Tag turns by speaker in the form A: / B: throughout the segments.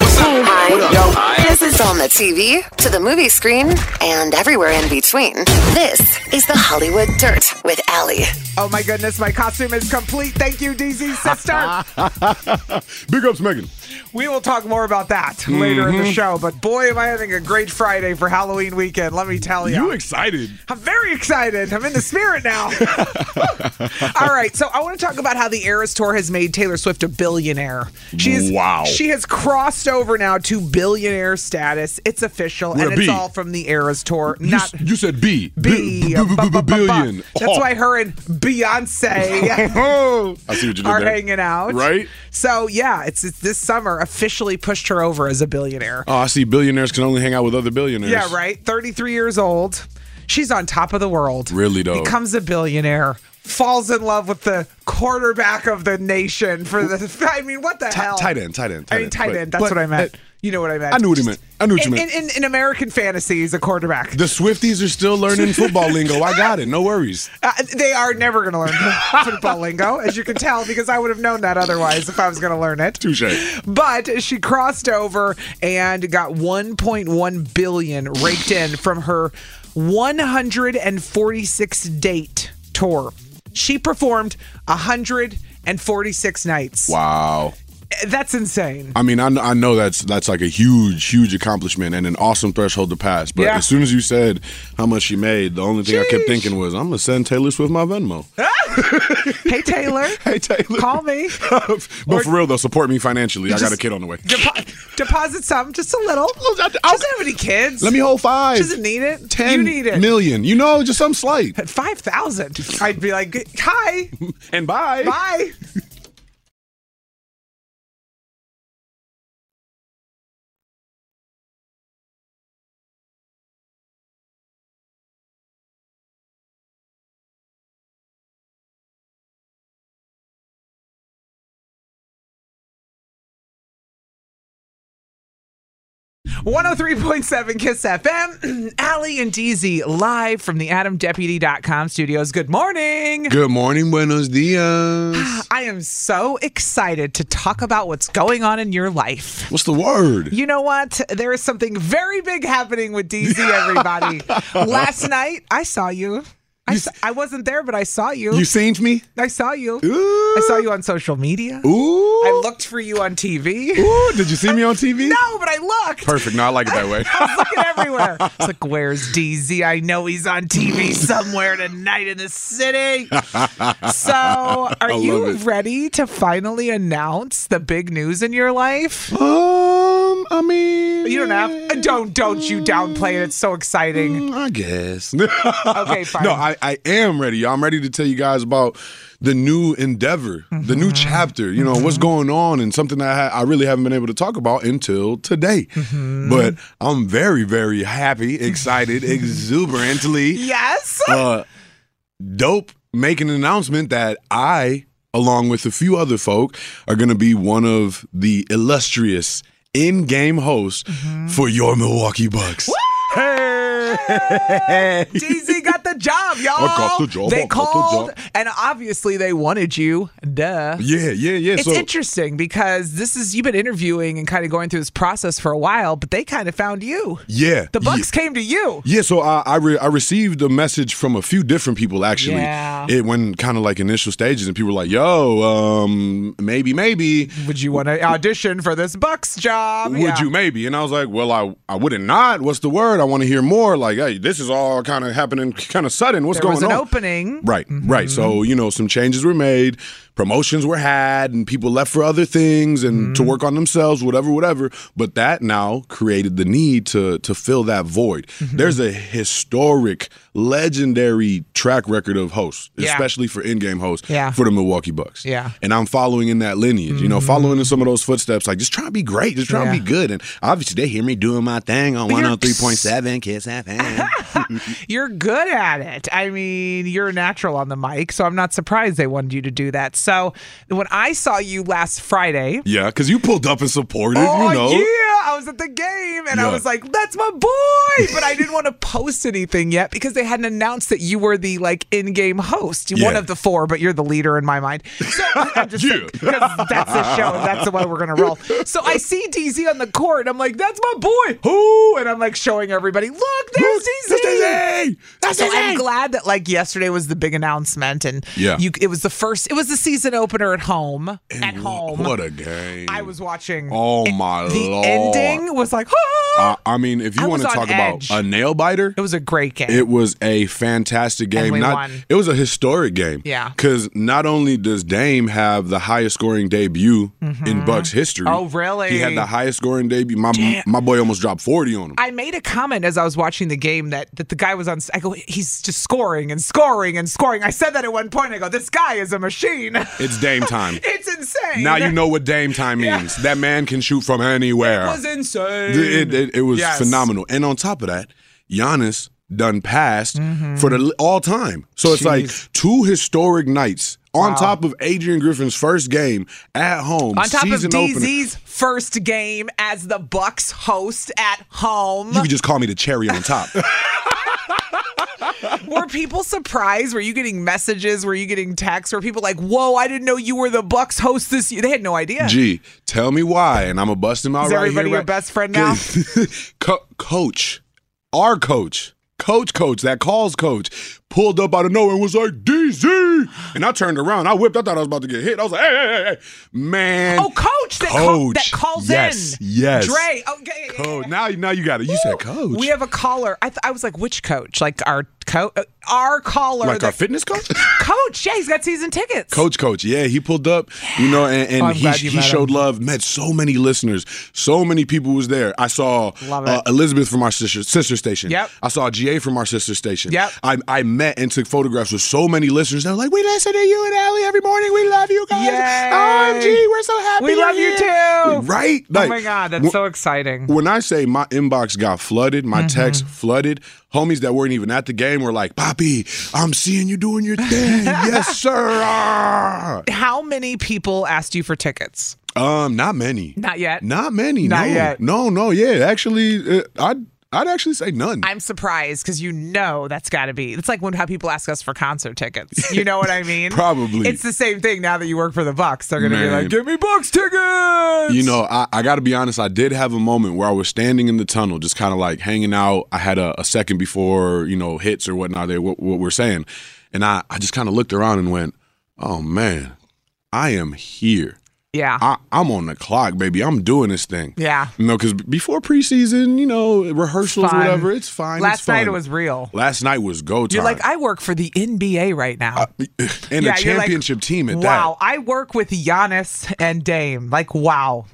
A: Hey, Hi. This is on the TV, to the movie screen, and everywhere in between. This is the Hollywood Dirt with Allie.
B: Oh my goodness, my costume is complete. Thank you, DZ's sister.
C: Big ups, Megan.
B: We will talk more about that mm-hmm. later in the show, but boy, am I having a great Friday for Halloween weekend, let me tell you.
C: You excited?
B: I'm very excited. I'm in the spirit now. All right, so I want to talk about how the Eras Tour has made Taylor Swift a billionaire. She's,
C: wow.
B: She has crossed over now to billionaire status. It's official, We're and it's all from the Eras Tour.
C: You, not
B: you
C: said B.
B: B.
C: Billion.
B: That's why her and
C: Oh,
B: Beyonce are hanging out.
C: Right.
B: So yeah, it's, it's this summer officially pushed her over as a billionaire.
C: Oh, I see. Billionaires can only hang out with other billionaires.
B: Yeah. Right. Thirty-three years old. She's on top of the world.
C: Really though.
B: Becomes a billionaire falls in love with the quarterback of the nation for the. I mean, what the
C: T-
B: hell?
C: Tight end, tight end,
B: tight I mean, tight but, end. That's but, what I meant. But, you know what I meant.
C: I knew what you meant. I knew what you
B: in,
C: meant.
B: In, in, in, American fantasy, he's a quarterback.
C: The Swifties are still learning football lingo. I got it. No worries.
B: Uh, they are never going to learn football lingo, as you can tell, because I would have known that otherwise if I was going to learn it.
C: Touche.
B: But she crossed over and got 1.1 billion raked in from her 146 date tour. She performed 146 nights.
C: Wow.
B: That's insane.
C: I mean, I, I know that's that's like a huge, huge accomplishment and an awesome threshold to pass. But yeah. as soon as you said how much she made, the only thing Jeez. I kept thinking was, I'm gonna send Taylor Swift my Venmo.
B: hey Taylor.
C: hey Taylor.
B: Call me.
C: but or, for real though, support me financially. I got a kid on the way.
B: Depo- deposit some, just a little. I, I, I doesn't have any kids.
C: Let me hold five.
B: She doesn't need it.
C: Ten
B: you need it.
C: million. You know, just some slight.
B: At five thousand, I'd be like, hi,
C: and bye,
B: bye. One hundred three point seven Kiss FM. Allie and DZ live from the AdamDeputy.com studios. Good morning. Ah,
C: Good morning. Buenos dias.
B: I am so excited to talk about what's going on in your life.
C: What's the word?
B: You know what? There is something very big happening with DZ, everybody. Last night, I saw you. I, s- I wasn't there, but I saw you.
C: You seen me?
B: I saw you.
C: Ooh.
B: I saw you on social media.
C: Ooh.
B: I looked for you on TV.
C: Ooh, did you see me on TV?
B: no, but I looked.
C: Perfect. No, I like it that way.
B: I was looking everywhere. I was like, where's DZ? I know he's on TV somewhere tonight in the city. so, are I you ready to finally announce the big news in your life?
C: Um, I mean,
B: you don't have. uh, Don't don't you downplay it. It's so exciting.
C: Mm, I guess.
B: okay, fine.
C: No, I, I am ready. I'm ready to tell you guys about the new endeavor, mm-hmm. the new chapter, you know, mm-hmm. what's going on and something that I, ha- I, really haven't been able to talk about until today. Mm-hmm. But I'm very, very happy, excited, exuberantly.
B: Yes.
C: Uh, dope making an announcement that I, along with a few other folk, are going to be one of the illustrious in game hosts
B: Mm-hmm.
C: for your Milwaukee Bucks.
B: Woo! Hey! DZ got the job. job, y'all.
C: I got the job,
B: They
C: I got the
B: called,
C: job.
B: and obviously they wanted you. Duh.
C: Yeah, yeah, yeah.
B: It's
C: so
B: interesting because this is you've been interviewing and kind of going through this process for a while, but they kind of found you.
C: yeah,
B: The
C: yeah.
B: Bucks came to you.
C: Yeah, so I I, re- I received a message from a few different people actually.
B: Yeah.
C: It went kind of like initial stages, and people were like, "Yo, um, maybe, maybe."
B: Would you want to audition for this Bucks job?
C: Would
B: Yeah.
C: you maybe? And I was like, well, I I wouldn't not. What's the word? I want to hear more. Like, hey, this is all kind of happening, kind of sudden. What's
B: There
C: going
B: was an
C: on?
B: opening.
C: Mm-hmm. Right, right. So
B: Mm-hmm.
C: you know, some changes were made, promotions were had, and people left for other things and to
B: Mm-hmm.
C: work on themselves, whatever, whatever. But that now created the need to to fill that void.
B: Mm-hmm.
C: There's a historic, legendary track record of hosts,
B: Yeah.
C: especially for in-game hosts
B: Yeah.
C: for the Milwaukee Bucks.
B: Yeah. Mm-hmm.
C: and I'm following in that lineage. You know, following in some of those footsteps. Like, just try to be great, just try to
B: Yeah.
C: be good. And obviously, they hear me doing my thing on
B: You're-
C: 103.7 Kiss FM. Mm-hmm.
B: You're good at it. I mean, you're a natural on the mic, so I'm not surprised they wanted you to do that. So when I saw you last Friday,
C: yeah, because you pulled up and supported.
B: Oh
C: you know.
B: yeah, I was at the game and I
C: Yeah.
B: was like, "That's my boy," but I didn't want to post anything yet because they hadn't announced that you were the like in-game host, You one
C: Yeah.
B: of the four, but you're the leader in my mind. So I'm just
C: Yeah.
B: like, 'cause that's the show. and That's the way we're gonna roll. So I see DZ on the court. and I'm like, "That's my boy." Who? And I'm like showing everybody, "Look, there's DZ." so I'm glad that like yesterday was the big announcement and
C: Yeah.
B: you, it was the first it was the season opener at home at
C: wha-
B: home
C: What a game!
B: Oh I was watching.
C: Oh
B: It-
C: my
B: the
C: lord!
B: ending was like, ah!
C: I, I mean, if
B: I
C: you want to
B: was on
C: talk
B: edge.
C: about a nail biter,
B: it was a great game.
C: It was a fantastic game.
B: we
C: Not-
B: won.
C: It was a historic game.
B: Yeah.
C: Because not only does Dame have the highest scoring debut in Bucks history.
B: Oh, really?
C: He had the highest scoring debut. My my boy almost dropped forty on him.
B: I made a comment as I was watching the game that, that the guy was on. I go, he's just scoring and scoring and scoring. I said that at one point. I go, this guy is a machine.
C: it's Dame time.
B: it's insane.
C: now you know what Dame time
B: Yeah.
C: means. That man can shoot from anywhere.
B: It was insane.
C: It, it, it was
B: Yes.
C: phenomenal. And on top of that, Giannis done passed
B: Mm-hmm.
C: for the all time. So it's like two historic nights on top of Adrian Griffin's first game at home.
B: On top of
C: season opener.
B: DZ's first game as the Bucks host at home,
C: You could just call me the cherry on top.
B: were people surprised? Were you getting messages? Were you getting texts? Were people like, "Whoa, I didn't know you were the Bucks host this year"? They had no idea.
C: Gee, tell me why, and I'm gonna bust him out
B: Is
C: right
B: everybody
C: here.
B: your
C: right-
B: best friend now?
C: Co- coach, our coach, coach, coach, that calls coach, pulled up out of nowhere and was like DZ, and I turned around, I whipped, I thought I was about to get hit. I was like, hey, hey, hey, hey. man.
B: Oh, coach that, call, that
C: Coach.
B: calls
C: Yes,
B: in.
C: yes.
B: Dre. Oh, yeah, yeah, yeah,
C: Coach.
B: yeah.
C: Now, now you got it. You said coach.
B: We have a caller. I, th- I was like, which coach? Like our coach, our caller,
C: like our
B: that-
C: fitness coach.
B: coach. Yeah, he's got season tickets.
C: Coach, coach, yeah, he pulled up, you know, and, and
B: Oh, I'm
C: he,
B: glad you
C: he
B: met
C: showed
B: him.
C: love. Met so many listeners, so many people was there. I saw
B: Love it.
C: uh, Elizabeth from our sister sister station.
B: Yep.
C: I saw GA from our sister station.
B: Yep.
C: I, I met and took photographs with so many listeners. They were like, "We listen to you and Allie every morning. We love you guys.
B: Yay.
C: Omg, we're so happy.
B: We
C: you're
B: love you
C: here."
B: too.
C: Right?
B: oh my god, that's so exciting. Mm-hmm.
C: when I say my inbox got flooded, my text flooded, homies that weren't even at the game were like, Poppy, I'm seeing you doing your thing. yes, sir. Ah.
B: How many people asked you for tickets?
C: Um, not many.
B: Not yet.
C: Not many.
B: Not
C: no.
B: yet.
C: No, no, yeah. Actually, uh, I'd I'd actually say none.
B: I'm surprised because you know that's got to be. It's like when how people ask us for concert tickets. You know what I mean?
C: Probably.
B: It's the same thing. Now that you work for the Bucks, they're gonna be
C: Man.
B: like, "Give me Bucks tickets."
C: you know, I, I got to be honest. I did have a moment where I was standing in the tunnel, just kind of like hanging out. I had a, a second before you know hits or whatnot. They what, what we're saying, and I I just kind of looked around and went, "Oh man, I am here.
B: Yeah.
C: I, I'm on the clock, baby. I'm doing this thing."
B: Yeah.
C: You know, because before preseason, you know, rehearsals,
B: Fun.
C: whatever, it's fine. it's
B: Last night
C: fun.
B: it was real.
C: Last night was go time.
B: You're like, I work for the NBA right
C: Uh,
B: now.
C: and
B: Yeah,
C: a
B: you're like,
C: championship team at
B: wow, I work with Giannis and Dame. Like, wow.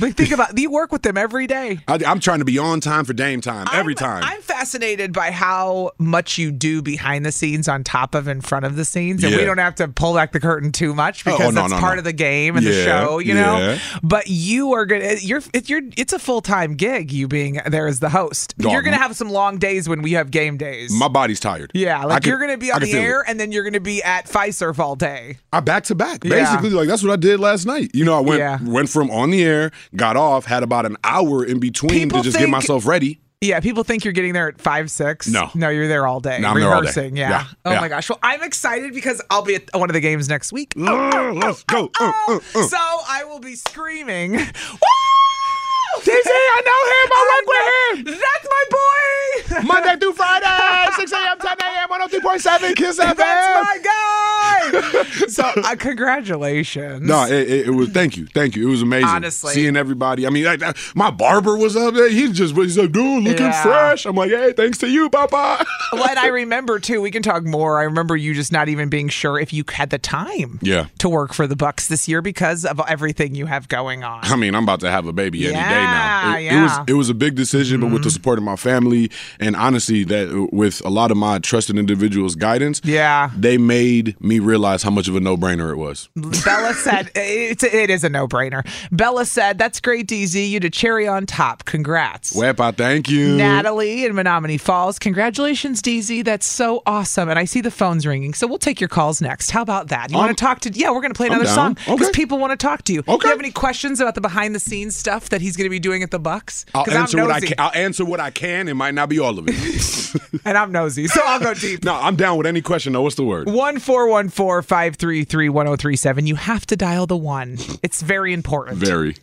B: like, think about you work with them every day.
C: that. I, I'm trying to be on time for Dame time every
B: I'm-
C: time.
B: I'm fascinated by how much you do behind the scenes, on top of, in front of the scenes, and we
C: Yeah.
B: don't have to pull back the curtain too much
C: Oh,
B: because
C: no,
B: that's
C: no,
B: part
C: no.
B: of the game and the
C: Yeah,
B: show, you know.
C: yeah.
B: But you are gonna, you're, it, you're, it's a full time gig. You being there as the host,
C: Dog,
B: you're gonna
C: m-
B: have some long days when we have game days.
C: My body's tired.
B: yeah,
C: I
B: like
C: can-
B: you're gonna be
C: I
B: on
C: can
B: the
C: feel
B: air
C: it.
B: and then you're gonna be at Fiserv all day.
C: I back to back.
B: Yeah.
C: Basically, like that's what I did last night. You know, I went
B: Yeah.
C: went from on the air, got off, had about an hour in between
B: People
C: to just
B: think-
C: get myself ready.
B: Yeah, people think you're getting there at five six.
C: No.
B: no, you're there all day
C: No, I'm there all day.
B: rehearsing. Yeah.
C: Yeah,
B: Oh
C: yeah.
B: my gosh. Well, I'm excited because I'll be at one of the games next week. Oh,
C: Let's go. Uh, uh, uh.
B: So I will be screaming. Woo! Dizzy, I know him. I work with him. That's my boy.
C: Monday through Friday, 6 a.m., 10 a.m., 103.7, Kiss FM.
B: That's my guy. so uh, congratulations.
C: No, it, it, it was. Thank you, thank you. It was amazing.
B: Mm. Honestly.
C: seeing everybody. I mean, I, I- my barber was up there. He's just, he's like, dude, looking
B: Yeah.
C: fresh. I'm like, hey, thanks to you, Papa.
B: well, and I remember too. We can talk more. I remember you just not even being sure if you had the time.
C: Yeah.
B: To work for the Bucks this year because of everything you have going on.
C: I mean, I'm about to have a baby any day
B: Yeah,
C: now. It, it
B: yeah. Mm-hmm.
C: was it was a big decision, but with the support of my family and honestly, that with a lot of my trusted individuals' guidance,
B: Yeah.
C: they made me realize how much of a no brainer it was.
B: Bella said, it's, it is a no brainer. Bella said, that's great, DZ. You to cherry on top. Congrats.
C: Wepa, thank you.
B: Natalie in Menominee Falls. Congratulations, DZ. That's so awesome. And I see the phones ringing. So we'll take your calls next. How about that? You
C: Um,
B: want to talk to, yeah, we're going to play another
C: down.
B: song
C: Okay.
B: because people want to talk to you. Do
C: Okay.
B: you have any questions about the behind the scenes stuff that he's going to be doing at the Bucks?
C: I'll
B: I'm
C: answer
B: nosy.
C: what I can. I'll answer what I can. It might not be all of it.
B: and I'm nosy. So I'll go deep.
C: no, I'm down with any question. though. what's the word?
B: One four one four five three three one zero three seven. You have to dial the one. It's very important.
C: Very.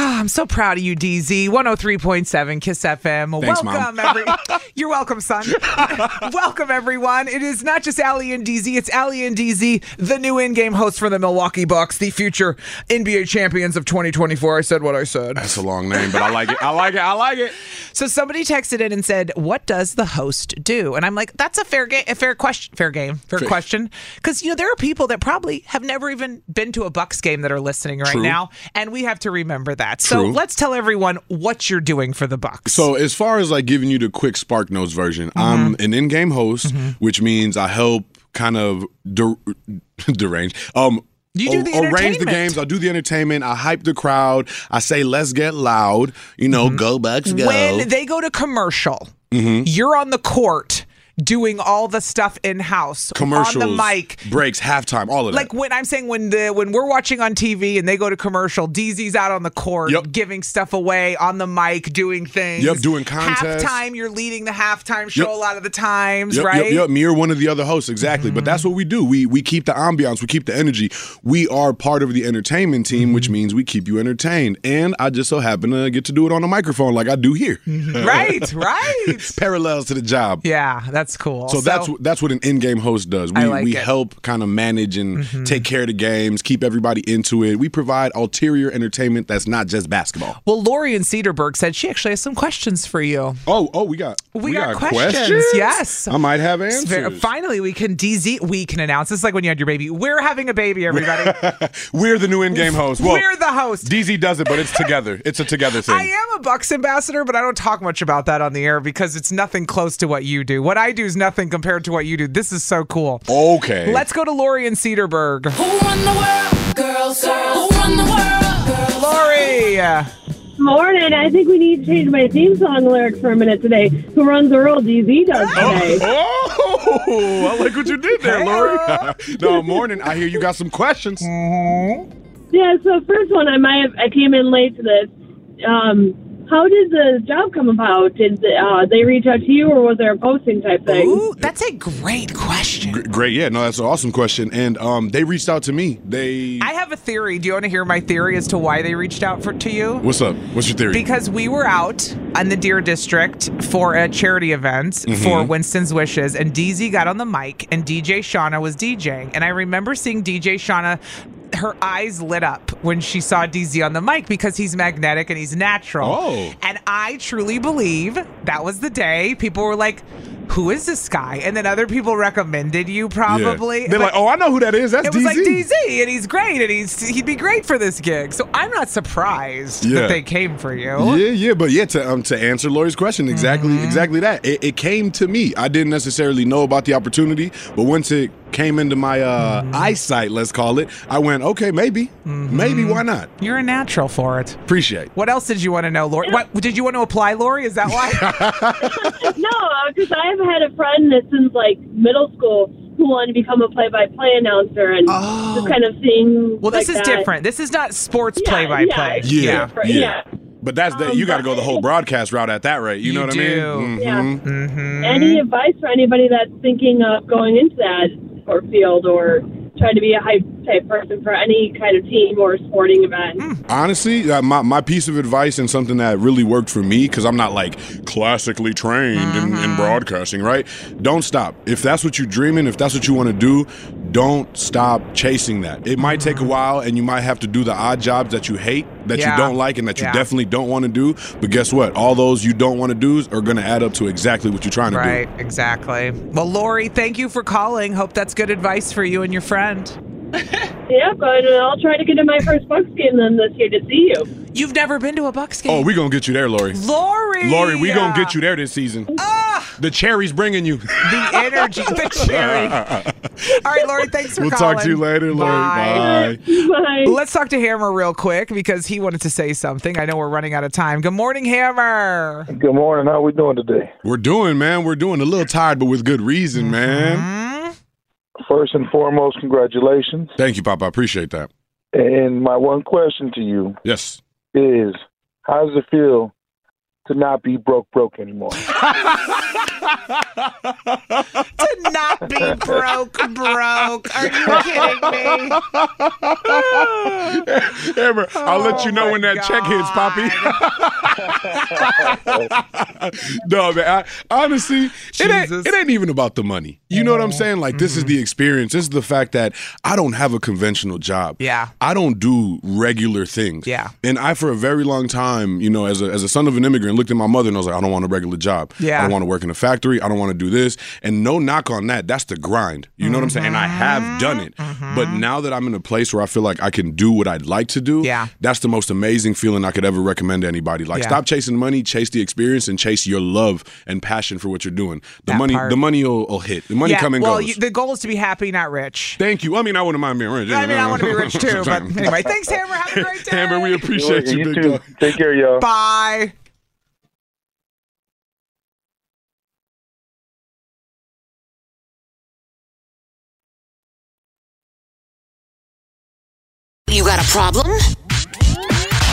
B: Ah, I'm so proud of you, DZ. 103.7 Kiss FM.
C: Thanks,
B: welcome,
C: Mom.
B: every. You're welcome, son. welcome, everyone. It is not just Allie and DZ. It's Allie and DZ, the new in-game host for the Milwaukee Bucks, the future NBA champions of 2024. I said what I said.
C: That's a long name, but I like it. I like it. I like it.
B: So somebody texted in and said, "What does the host do?" And I'm like, "That's a fair game, a fair question, fair game, fair,
C: Fair.
B: question." Because you know there are people that probably have never even been to a Bucks game that are listening right
C: True.
B: now, and we have to remember that. So
C: True.
B: let's tell everyone what you're doing for the Bucks.
C: So as far as like giving you the quick Spark Notes version,
B: Mm-hmm.
C: I'm an in-game host, which means I help kind of der- derange. Um,
B: You do
C: ar-
B: the
C: arrange the
B: entertainment.
C: games. I do the entertainment. I hype the crowd. I say, "Let's get loud." You know, go Bucks, go.
B: Mm-hmm.
C: Mm-hmm.
B: when they go to commercial, you're on the court doing all the stuff in house
C: Commercials,
B: on the mic.
C: breaks, halftime, all of that.
B: Like when I'm saying when the when we're watching on TV and they go to commercial, DZ's out on the court
C: Yep.
B: giving stuff away on the mic, doing things.
C: Yep, doing contests.
B: Halftime, you're leading the halftime show
C: Yep.
B: a lot of the times,
C: Yep,
B: right? Mm-hmm.
C: yep, yep. Me or one of the other hosts, exactly. But that's what we do. We we keep the ambiance, we keep the energy. We are part of the entertainment team,
B: Mm-hmm.
C: which means we keep you entertained. And I just so happen to get to do it on a microphone, like I do here.
B: Right, right.
C: Parallels to the job.
B: yeah, that's cool.
C: So that's wh- that's what an in-game host does. We
B: I like
C: we
B: it. Mm-hmm.
C: help kind of manage and take care of the games, keep everybody into it. We provide ulterior entertainment that's not just basketball.
B: well, Lori in Cedarburg said she actually has some questions for you.
C: Oh, oh, we got
B: We got questions, yes.
C: I might have answers.
B: Fair- Finally, we can DZ. We can announce. It's like when you had your baby. We're having a baby, everybody.
C: We're the new in-game host. Well,
B: We're the host.
C: DZ does it, but it's together. It's a together thing.
B: I am a Bucks ambassador, but I don't talk much about that on the air because it's nothing close to what you do. What I do is nothing compared to what you do. This is so cool.
C: Okay.
B: Let's go to Lori in Cedarburg. Lori,
D: Morning. I think we need to change my theme song lyric for a minute today. Who runs the world? DZ does today.
C: Oh, I like what you did there, Lori. no, morning. I hear you got some questions.
B: Mm-hmm.
D: Yeah. So first one, I might have, I came in late to this. Um, how did the job come about? Did uh, they reach out to you, or was there a posting type thing?
B: ooh, that's a great question.
C: Great. Yeah. No, that's an awesome question. And um, they reached out to me. They.
B: I have a theory. Do you want to hear my theory as to why they reached out for to you?
C: What's up? What's your theory?
B: Because we were out on the Deer District for a charity event
C: Mm-hmm.
B: for Winston's Wishes, and DZ got on the mic, and DJ Shauna was DJing. And I remember seeing DJ Shauna. Her eyes lit up when she saw DZ on the mic because he's magnetic and he's natural.
C: Oh.
B: And I truly believe that was the day people were like, Who is this guy? And then other people recommended you
C: Yeah.
B: probably.
C: They're
B: But-
C: like, oh, I know who that is. That's
B: it was
C: DZ.
B: like DZ, and he's great, and he's he'd be great for this gig. So I'm not surprised
C: Yeah.
B: that they came for you.
C: Yeah, yeah, but yeah, to um, to answer Lori's question,
B: Mm-hmm.
C: exactly, exactly that. It, it came to me. I didn't necessarily know about the opportunity, but once it came into my uh,
B: Mm-hmm.
C: eyesight, let's call it, I went, okay, maybe, maybe, why not?
B: You're a natural for it.
C: Appreciate.
B: What else did you want to know, Lori? What did you want to apply, Lori? Is that why?
D: No, uh, because I've had a friend that since like middle school who wanted to become a play-by-play announcer and just kind of seeing.
B: Oh. Well, this
D: like
B: is
D: that.
B: different. This is not sports
D: Yeah,
B: play by play.
D: yeah,
C: Yeah,
D: different,
C: yeah.
D: yeah. Um,
C: But that's that. You got to go the whole broadcast route at that rate.
B: You
C: You, know what I mean?
B: do.
D: Yeah.
C: Mhm.
B: Mm-hmm.
D: Any advice for anybody that's thinking of going into that or field or trying to be a hype type person for any kind of team or sporting event?
B: Hmm.
C: Honestly, uh, my, my piece of advice and something that really worked for me, because I'm not like classically trained in,
B: Mm-hmm.
C: in broadcasting, right? Don't stop. If that's what you're dreaming, if that's what you want to do, don't stop chasing that. It might take a while and you might have to do the odd jobs that you hate, that
B: Mm-hmm. Yeah.
C: you don't like, and that you
B: Yeah.
C: definitely don't want to do. But guess what? All those you don't want to do are going to add up to exactly what you're trying to
B: Right, exactly. Well, Lori, thank you for calling. Hope that's good advice for you and your friend.
D: Yeah, but I'll try to get in my first Bucks game then this year to see you.
B: You've never been to a Bucks
C: do.
B: game.
C: Oh, we going to get you there, Lori.
B: Lori. Ah!
C: Lori, we going to get you there this season. The cherry's bringing you.
B: The energy, the cherry. All right, Lori, thanks for
C: We'll
B: calling.
C: talk to you later, Lori. Bye.
D: Bye.
B: Let's talk to Hammer real quick because he wanted to say something. I know we're running out of time. Good morning, Hammer.
E: Good morning. How we doing today?
C: We're doing, man. We're doing a little tired, but with good reason,
B: Mm-hmm.
C: man.
E: First and foremost, congratulations.
C: Thank you, Papa. I appreciate that.
E: And my one question to you
C: Yes.
E: is, how does it feel to not be broke broke anymore?
B: to not be broke, broke. Are you kidding me?
C: Amber, I'll let
B: Oh,
C: you know when that check hits, Poppy. no, man. I, honestly, it
B: Jesus.
C: ain't,
B: Mm-hmm.
C: it ain't even about the money. You know what I'm saying? Like, this is the experience. This is the fact that I don't have a conventional job.
B: Yeah.
C: I don't do regular things.
B: Yeah.
C: And I, for a very long time, you know, as a, as a son of an immigrant, looked at my mother and I was like, I don't want a regular job.
B: Yeah.
C: I don't want to work in a factory. I don't want to do this. And no knock on that. That's the grind. You know what I'm saying? And I
B: Mm-hmm.
C: have done it. But now that I'm in a place where I feel like I can do what I'd like to do,
B: Yeah.
C: that's the most amazing feeling I could ever recommend to anybody. Like,
B: Yeah.
C: stop chasing money, chase the experience, and chase your love and passion for what you're doing. The
B: That
C: money,
B: part.
C: the money will, will hit. The money
B: yeah,
C: come and
B: well,
C: goes.
B: you, the goal is to be happy, not rich.
C: Thank you. I mean, I wouldn't mind being rich.
B: I mean, I want to be rich too, but
C: Sometimes.
B: anyway, thanks, Hammer. Have a great day.
C: Amber, we appreciate you,
E: you
C: big
E: too.
C: dog.
E: Take care, y'all.
B: Bye.
A: You got a problem?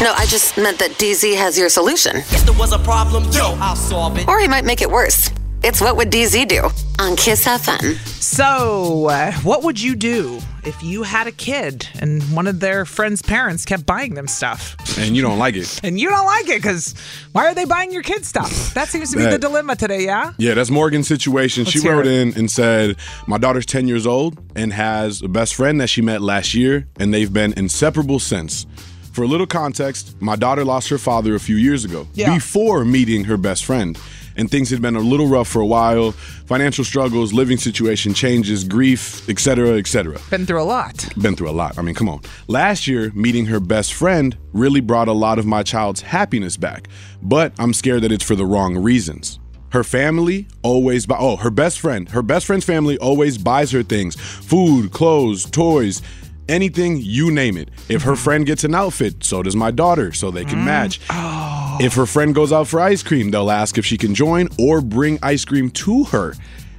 A: No, I just meant that DZ has your solution.
F: If there was a problem, yo, I'll solve it.
A: Or he might make it worse. It's What Would DZ Do on Kiss FM.
B: So, uh, what would you do if you had a kid and one of their friends' parents kept buying them stuff?
C: And you don't like it.
B: And you don't like it because why are they buying your kid stuff? That seems to be the
C: That-
B: dilemma today, yeah?
C: Yeah, that's Morgan's situation. she
B: hear
C: wrote
B: it.
C: in and said, My daughter's 10 years old and has a best friend that she met last year, and they've been inseparable since. For a little context, my daughter lost her father a few years ago
B: Yeah.
C: before meeting her best friend. And things had been a little rough for a while financial struggles, living situation changes, grief, etc., etc
B: Been through a lot.
C: been through a lot. I mean, come on. Last year, meeting her best friend really brought a lot of my child's happiness back, but I'm scared that it's for the wrong reasons. Her family always buy, oh, her best friend, her best friend's family always buys her things food, clothes, toys, anything, you name it. If
B: Mm-hmm.
C: her friend gets an outfit, so does my daughter, so they can match. If her friend goes out for ice cream, they'll ask if she can join or bring ice cream to her.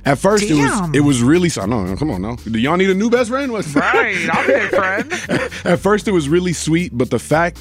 C: At first,
B: Damn.
C: it was it was really. I know. Come on now. Do y'all need a new best friend? What's
B: Right, I'm your friend.
C: At first, it was really sweet, but the fact,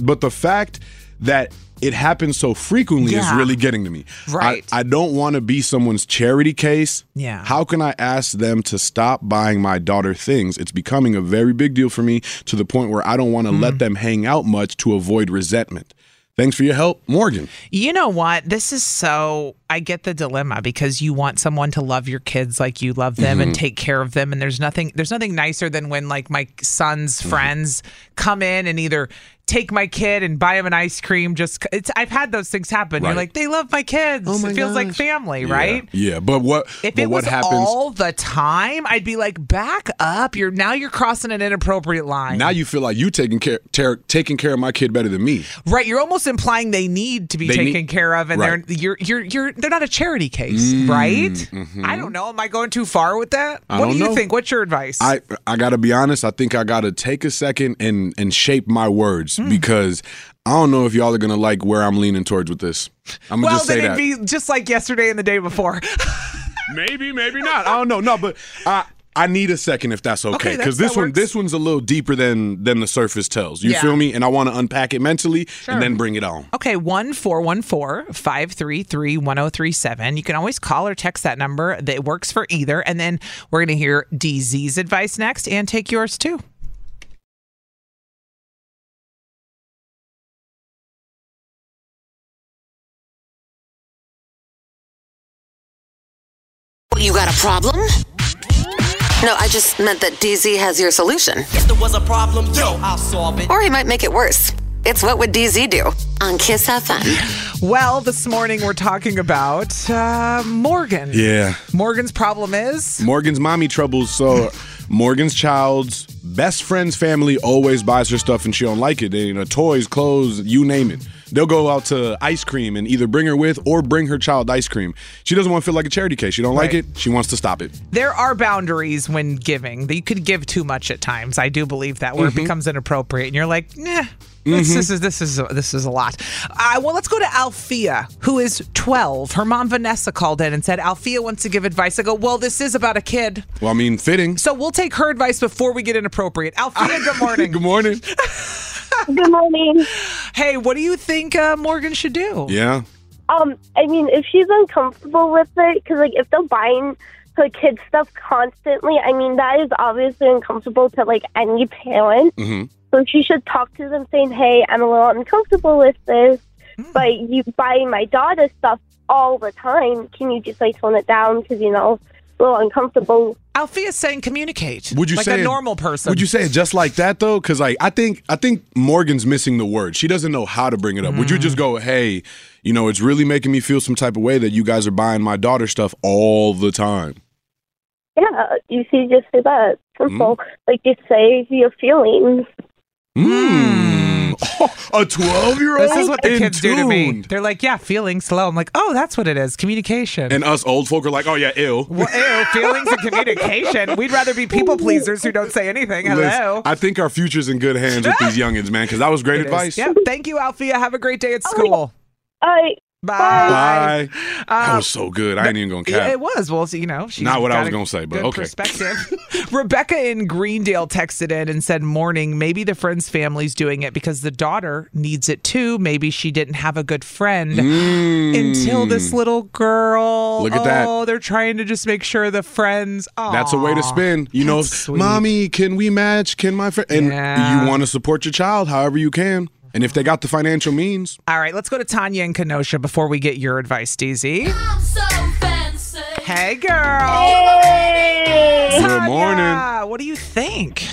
C: but the fact that it happens so frequently is
B: Yeah.
C: really getting to me.
B: Right.
C: I, I don't want to be someone's charity case.
B: Yeah.
C: How can I ask them to stop buying my daughter things? It's becoming a very big deal for me to the point where I don't want to
B: Mm.
C: let them hang out much to avoid resentment. Thanks for your help, Morgan.
B: You know what? This is so. I get the dilemma because you want someone to love your kids like you love them
C: Mm-hmm.
B: and take care of
C: Mm-hmm.
B: them. And there's nothing. There's nothing nicer than when like my son's friends come in and either take my kid and buy him an ice cream. Just it's I've had those things happen. You're
C: Right.
B: like, they love my kids.
C: Oh my
B: it feels like
C: gosh.
B: family,
C: Yeah.
B: right?
C: Yeah, but what?
B: If
C: but
B: it
C: what
B: was
C: happens?
B: all the time, I'd be like, back up. You're now you're crossing an inappropriate line.
C: now you feel like you taking care ter- taking care of my kid better than me.
B: Right, you're almost implying they need to be
C: They
B: taken
C: need-
B: care of, and
C: Right. Mm,
B: they're you're you're you're they're not a charity case, right? I don't know. Am I going too far with that?
C: mm-hmm. I
B: what
C: don't
B: do you
C: know.
B: think? What's your advice?
C: I I gotta be honest. I think I gotta take a second and and shape my words
B: Hmm.
C: because I don't know if y'all are gonna like where I'm leaning towards with this. I'm gonna
B: well,
C: just say
B: then
C: that.
B: it'd be just like yesterday and the day before.
C: maybe, maybe not. I don't know. No, but uh, I I need a second if that's okay
B: Okay, that-
C: because this
B: that
C: one
B: works.
C: this one's a little deeper than than the surface tells. You
B: Yeah.
C: feel me? And I want to unpack it mentally
B: Sure.
C: and then bring it on.
B: Okay, 1-414-533-1037. You can always call or text that number. That works for either. And then we're going to hear DZ's advice next and take yours too.
A: You got a problem? No, I just meant that DZ has your solution.
F: If there was a problem, yo, I'll solve it.
A: Or he might make it worse. It's What Would DZ Do on Kiss FM.
B: Well, this morning we're talking about uh, Morgan.
C: Yeah.
B: Morgan's problem is
C: Morgan's mommy troubles. So Morgan's child's best friend's family always buys her stuff and she don't like it. They, you know, toys, clothes, you name it. They'll go out to ice cream and either bring her with or bring her child ice cream. She doesn't want to feel like a charity case. She don't like
B: Right.
C: it. She wants to stop it.
B: there are boundaries when giving. You could give too much at times. I do believe that
C: Mm-hmm.
B: where it becomes inappropriate, and you're like, nah. This, this is this is this is a lot. Uh, well, let's go to Althea, who is 12. Her mom Vanessa called in and said Althea wants to give advice. I go, well, this is about a kid,
C: Well, I mean, fitting.
B: so we'll take her advice before we get inappropriate. Althea, good morning.
C: Good morning.
D: Good morning.
B: Hey, what do you think uh, Morgan should do?
C: Yeah.
D: Um, I mean, if she's uncomfortable with it, because like if they're buying her kids stuff constantly, I mean that is obviously uncomfortable to like any parent.
C: mm-hmm.
D: So she should talk to them, saying, "Hey, I'm a little uncomfortable with this,
B: Mm.
D: but you buying my daughter stuff all the time. Can you just like tone it down? Because you know, a little uncomfortable."
B: Althea's saying communicate.
C: Would you
B: like
C: say
B: a
C: it-
B: normal person?
C: Would you say it just like that though? Because like I think I think Morgan's missing the word. She doesn't know how to bring it up.
B: Mm.
C: Would you just go, hey, you know, it's really making me feel some type of way that you guys are buying my daughter stuff all the time.
D: Yeah, you see, just say that simple. Like just say your feelings.
C: Mm. a twelve year old.
B: This is what the kids do to me. They're like, yeah, feeling slow. I'm like, oh, that's what it is. Communication.
C: And us old folk are like, oh yeah, ill.
B: well, ew, feelings and communication. We'd rather be people pleasers who don't say anything. Hello.
C: I think our future's in good hands with these youngins, man. Because that was great
B: It is.
C: advice.
B: Yeah. Thank you, Althea. Have a great day at school.
D: I
B: Bye.
C: Bye. that
B: Uh,
C: was so good. I ain't even gonna
B: Yeah,
C: cap.
B: it was. Well, so, you know, she
C: Not what I
B: got
C: was
B: a
C: gonna say, but
B: good
C: okay.
B: Perspective. Rebecca in Greendale texted in and said, "Morning. Maybe the friend's family's doing it because the daughter needs it too. Maybe she didn't have a good friend
C: Mm.
B: until this little girl.
C: Look at that.
B: oh, they're trying to just make sure the friends. Aw.
C: That's a way to spin. You know,
B: that's sweet.
C: mommy, can we match? Can my friend? And
B: Yeah.
C: you want to support your child however you can. And if they got the financial means,
B: All right, let's go to Tanya and Kenosha before we get your advice, DZ. Hey, girl.
C: good morning.
B: Tanya, what do you think?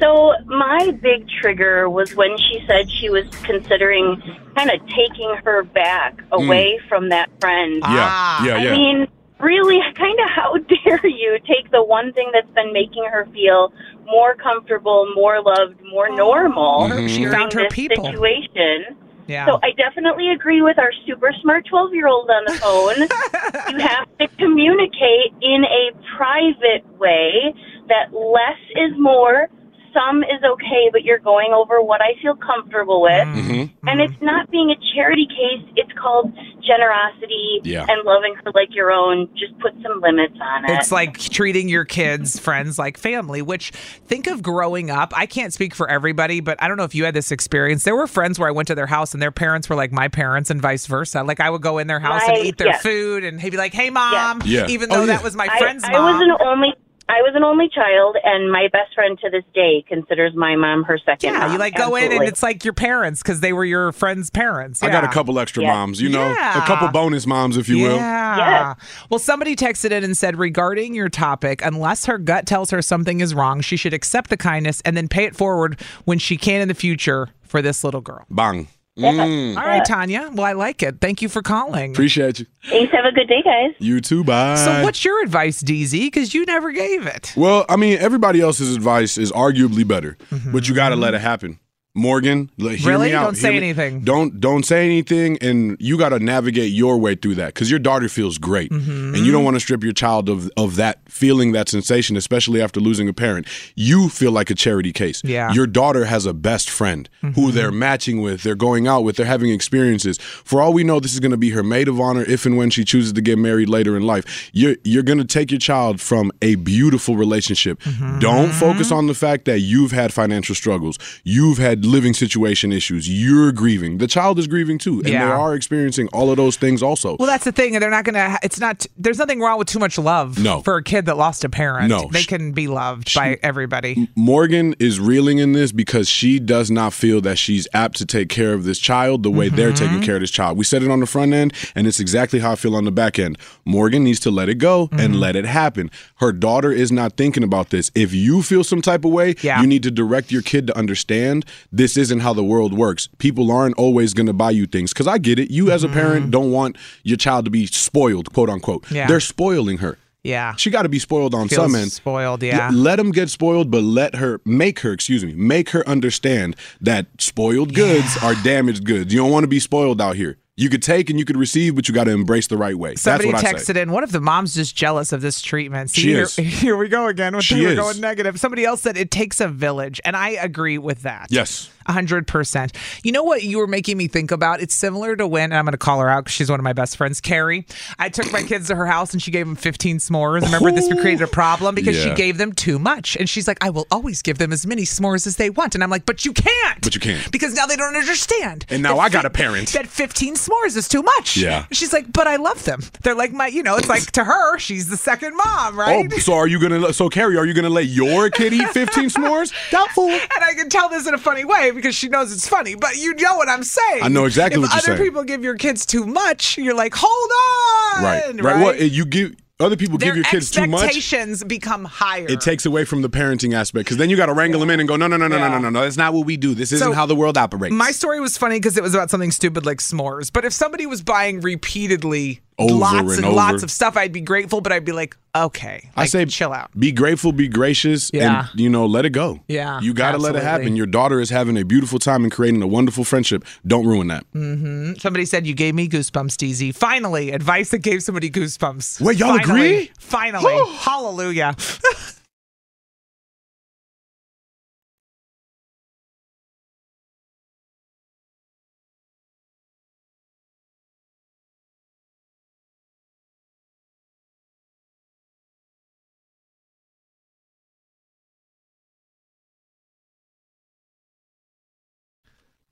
D: So my big trigger was when she said she was considering kind of taking her back away from that friend.
C: Hmm.
B: Ah.
C: Yeah, yeah,
D: I
C: yeah.
D: mean, really, kind of how dare you take the one thing that's been making her feel more comfortable, more loved, more normal
B: Oh.
C: Mm-hmm.
B: She
D: during
B: found her
D: this
B: people.
D: situation.
B: Yeah.
D: So I definitely agree with our super smart 12 year old on the phone. you have to communicate in a private way that less is more, some is okay, but you're going over what I feel comfortable with.
B: Mm-hmm.
D: And it's not being a charity case, it's called generosity
C: Yeah.
D: and loving her like your own. Just put some limits on it.
B: It's like treating your kids, friends like family, which think of growing up. I can't speak for everybody, but I don't know if you had this experience. There were friends where I went to their house and their parents were like my parents and vice versa. Like I would go in their house and
D: Right,
B: eat their
D: yes.
B: food and he'd be like, hey, mom,
C: Yeah.
B: even
C: Oh,
B: though
C: yeah.
B: that was my
D: I,
B: friend's
D: I
B: mom.
D: was an only
G: I was an only child, and my best friend to this day considers my mom her second.
B: Yeah, you
G: mom.
B: like go in and
G: Absolutely.
B: it's like your parents because they were your friend's parents.
C: I got a
B: Yeah.
C: couple extra
B: Yeah.
C: moms, you know,
B: Yeah.
C: a couple bonus moms, if you will.
B: Yeah. Well, somebody texted in and said regarding your topic, unless her gut tells her something is wrong, she should accept the kindness and then pay it forward when she can in the future for this little girl.
C: Bang. Mm.
B: All right, Tanya. Well, I like it. Thank you for calling.
C: Appreciate you.
G: Thanks. Have a good day, guys.
C: You too. Bye.
B: So, what's your advice, DZ? Because you never gave it.
C: Well, I mean, everybody else's advice is arguably better, but you got to let it happen. Morgan, l- hear
B: Really?
C: me out.
B: Don't say
C: hear me-
B: anything.
C: Don't don't say anything, and you got to navigate your way through that because your daughter feels great, and you don't want to strip your child of of that feeling, that sensation, especially after losing a parent. You feel like a charity case.
B: Yeah.
C: Your daughter has a best friend who they're matching with, they're going out with, they're having experiences. For all we know, this is going to be her maid of honor if and when she chooses to get married later in life. You're you're going to take your child from a beautiful relationship. Don't focus on the fact that you've had financial struggles, you've had living situation issues, you're grieving. The child is grieving too, and they
B: Yeah.
C: are experiencing all of those things also.
B: Well, that's the thing. They're not going to, it's not, there's nothing wrong with too much love
C: No.
B: for a kid that lost a parent.
C: No.
B: They can be loved by everybody.
C: Morgan is reeling in this because she does not feel that she's apt to take care of this child the way they're
B: Mm-hmm.
C: taking care of this child. We said it on the front end, and it's exactly how I feel on the back end. Morgan needs to let it go
B: Mm-hmm.
C: and let it happen. Her daughter is not thinking about this. If you feel some type of way,
B: Yeah.
C: you need to direct your kid to understand this isn't how the world works. People aren't always going to buy you things. Because I get it. You,
B: Mm-hmm.
C: as a parent, don't want your child to be spoiled, quote unquote.
B: Yeah.
C: They're spoiling her.
B: Yeah.
C: She got to be spoiled on
B: Feels
C: some end.
B: spoiled.
C: L-
B: Yeah.
C: let them get spoiled, but let her make her, excuse me, make her understand that spoiled goods are damaged goods. You don't want to be spoiled out here. You could take and you could receive, but you got to embrace the right way.
B: Somebody
C: That's what I say.
B: texted in, what if the mom's just jealous of this treatment? See,
C: She
B: here,
C: is.
B: here we go again. With
C: She
B: we're
C: is.
B: going negative. Somebody else said it takes a village, and I agree with that.
C: Yes.
B: 100%. You know what you were making me think about? It's similar to when, and I'm going to call her out because she's one of my best friends, Carrie. I took my kids to her house and she gave them 15 s'mores. Remember, this created a problem because she
C: Yeah.
B: gave them too much. And she's like, I will always give them as many s'mores as they want. And I'm like, but you can't.
C: But you can't.
B: Because now they don't understand.
C: And now
B: that
C: I got
B: fi-
C: a parent.
B: That 15 s'mores is too much.
C: Yeah.
B: She's like, but I love them. They're like my, you know, it's like to her, she's the second mom, right?
C: Oh, so are you gonna? So Carrie, are you gonna let your kid eat 15 s'mores? Doubtful.
B: and I can tell this in a funny way because she knows it's funny, but you know what I'm saying.
C: I know exactly
B: if
C: what you're
B: other
C: saying.
B: people give your kids too much, you're like, hold on.
C: Right, right. What you give other people
B: Their
C: give your kids too much.
B: expectations become higher.
C: It takes away from the parenting aspect because then you got to wrangle them in and go, no, no, no, no, no,
B: Yeah.
C: no, no, no. That's not what we do. This isn't
B: So,
C: how the world operates.
B: My story was funny because it was about something stupid like s'mores. But if somebody was buying repeatedly
C: Over
B: lots and,
C: and over.
B: lots of stuff, I'd be grateful, but I'd be like, okay,
C: I
B: like,
C: say,
B: chill out.
C: Be grateful, be gracious,
B: Yeah.
C: and you know, let it go.
B: Yeah,
C: you gotta let it
B: absolutely.
C: happen. Your daughter is having a beautiful time and creating a wonderful friendship. Don't ruin that.
B: Mm-hmm. Somebody said you gave me goosebumps, DZ. Finally, advice that gave somebody goosebumps.
C: Wait, y'all
B: Finally.
C: agree?
B: Finally, hallelujah.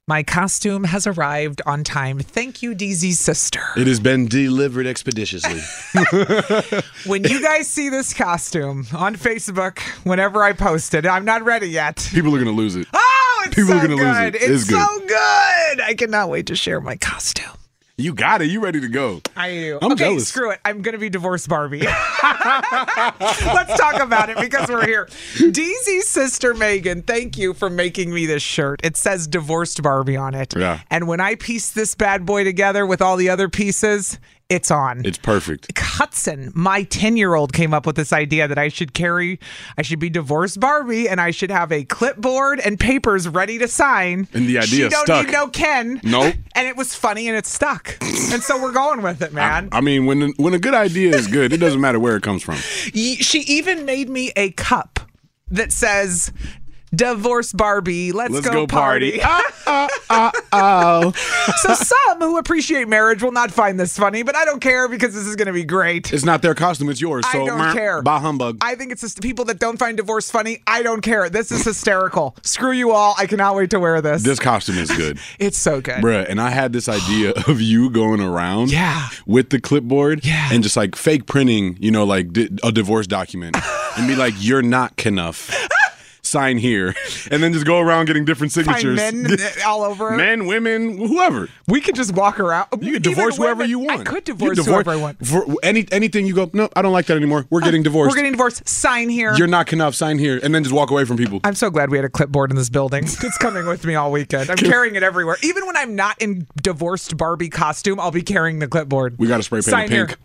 B: My costume has arrived on time. Thank you, DZ's sister.
C: It has been delivered expeditiously.
B: When you guys see this costume on Facebook, whenever I post it, I'm not ready yet.
C: People are gonna lose it.
B: Oh, it's
C: People
B: so
C: are gonna lose
B: good.
C: it.
B: It's,
C: It's good.
B: so good. I cannot wait to share my costume.
C: You got it. You ready to go?
B: I do.
C: I'm
B: okay,
C: jealous.
B: screw it. I'm going to be divorced Barbie. Let's talk about it because we're here. DZ's sister Megan, thank you for making me this shirt. It says divorced Barbie on it.
C: Yeah.
B: And when I piece this bad boy together with all the other pieces, it's on.
C: It's perfect.
B: Hudson, my 10 year old, came up with this idea that I should carry, I should be divorced Barbie and I should have a clipboard and papers ready to sign.
C: And the idea
B: She don't
C: stuck.
B: need no Ken.
C: Nope.
B: And it was funny and it stuck. and so we're going with it, man.
C: I mean, when when a good idea is good, it doesn't matter where it comes from.
B: Ye- she even made me a cup that says, Divorce Barbie, let's,
C: Let's
B: go,
C: go party." Uh,
B: so some who appreciate marriage will not find this funny, but I don't care because this is going to be great.
C: It's not their costume; it's yours. So
B: I don't
C: meh,
B: care.
C: Bah humbug.
B: I think it's just people that don't find divorce funny. I don't care. This is hysterical. Screw you all. I cannot wait to wear this.
C: this costume is good.
B: it's so good.
C: Bruh, and I had this idea of you going around
B: Yeah.
C: with the clipboard
B: Yeah.
C: and just like fake printing, you know, like di- a divorce document. and be like, "You're not enough." Sign here, and then just go around getting different signatures.
B: Find men eh, all over.
C: Men, women, whoever.
B: We could just walk around.
C: You could divorce
B: Even
C: whoever
B: women.
C: you want.
B: I could
C: You
B: divorce, whoever I want. Uh,
C: For any anything you go, no, I don't like that anymore. We're getting divorced.
B: We're getting divorced. Sign here.
C: You're not enough. Sign here, and then just walk away from people.
B: I'm so glad we had a clipboard in this building. It's coming with me all weekend. I'm carrying it everywhere. Even when I'm not in divorced Barbie costume, I'll be carrying the clipboard.
C: We got to spray paint
B: Sign
C: it pink.
B: here.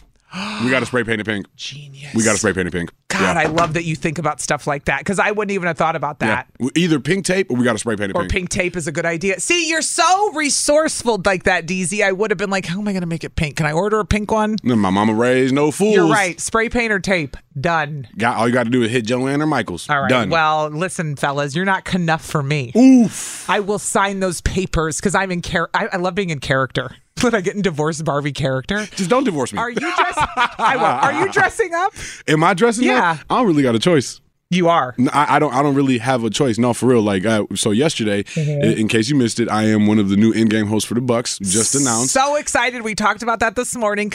C: We got to spray paint it pink. Genius. We got to spray paint it pink.
B: God, I love that you think about stuff like that because I wouldn't even have thought about
C: Yeah.
B: that.
C: We- Either pink tape or we got to spray paint it
B: Or
C: pink.
B: pink tape is a good idea. See, you're so resourceful like that, DZ. I would have been like, how am I going to make it pink? Can I order a pink one?
C: No, My mama raised no fools.
B: You're right. Spray paint or tape. Done.
C: Got all you got to do is hit Joanne or Michaels.
B: All right.
C: Done.
B: Well, listen, fellas, you're not enough for me.
C: Oof.
B: I will sign those papers because I'm in character. I-, I love being in character. When I get in divorced Barbie character,
C: just don't divorce me.
B: Are you dressing? I will. Are you dressing up?
C: Am I dressing
B: Yeah.
C: up? I don't really got a choice.
B: You are.
C: N- I, I don't. I don't really have a choice. No, for real. Like uh, so, yesterday,
B: Mhm.
C: i- in, case you missed it, I am one of the new in-game hosts for the Bucks. Just announced.
B: So excited. We talked about that this morning.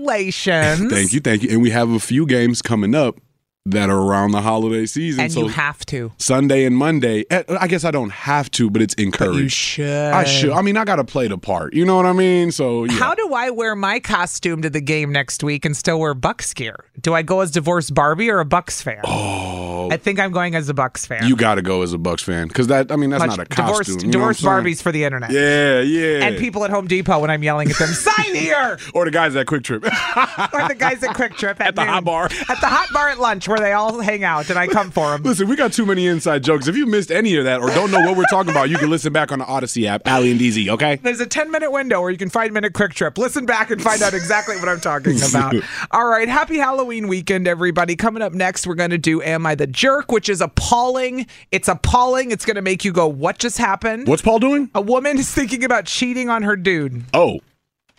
B: Congratulations.
C: Thank you, thank you. And we have a few games coming up that are around the holiday season.
B: And you have to.
C: Sunday and Monday. eh, I guess I don't have to, but it's encouraged. you
B: should.
C: I should. I mean, I got to play the part. You know what I mean? So yeah.
B: How do I wear my costume to the game next week and still wear Bucks gear? Do I go as divorced Barbie or a Bucks fan?
C: Oh.
B: I think I'm going as a Bucks fan.
C: you got to go as a Bucks fan because that. I mean, that's
B: Much-
C: not a
B: divorced-
C: costume.
B: divorced Barbies for the internet.
C: Yeah, yeah.
B: And people at Home Depot when I'm yelling at them, sign here!
C: or the guys at Quick Trip.
B: or the guys at Quick Trip at,
C: At the hot
B: noon.
C: bar.
B: At the hot bar at lunch where they all hang out and I come for them.
C: Listen, we got too many inside jokes. If you missed any of that or don't know what we're talking about, you can listen back on the Odyssey app, Ali and DZ. Okay.
B: There's a 10 minute window where you can find minute quick trip. Listen back and find out exactly what I'm talking about. All right. Happy Halloween weekend, everybody. Coming up next, we're going to do Am I the Jerk, which is appalling. It's appalling. It's going to make you go, What just happened?
C: What's Paul doing?
B: A woman is thinking about cheating on her dude.
C: Oh.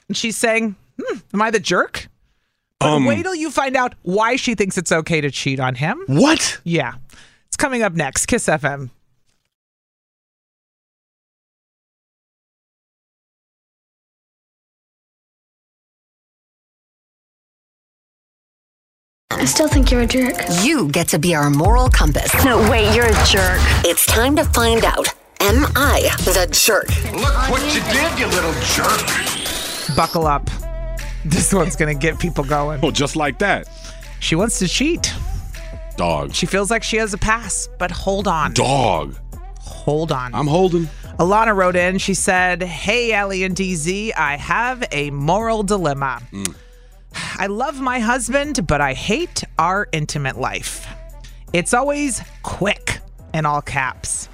B: And she's saying, hmm, Am I the jerk? But
C: Um,
B: wait till you find out why she thinks it's okay to cheat on him.
C: What?
B: Yeah. It's coming up next. Kiss FM.
A: I still think you're a jerk. You get to be our moral compass. No, wait, you're a jerk. It's time to find out. Am I the jerk?
H: Look what you did, you little jerk.
B: Buckle up. This one's going to get people going.
C: Well, just like that.
B: She wants to cheat.
C: Dog.
B: She feels like she has a pass, but hold on.
C: Dog.
B: Hold on.
C: I'm holding.
B: Alana wrote in. She said, Hey, Ellie and DZ, I have a moral dilemma.
C: Mm.
B: I love my husband, but I hate our intimate life. It's always quick in all caps.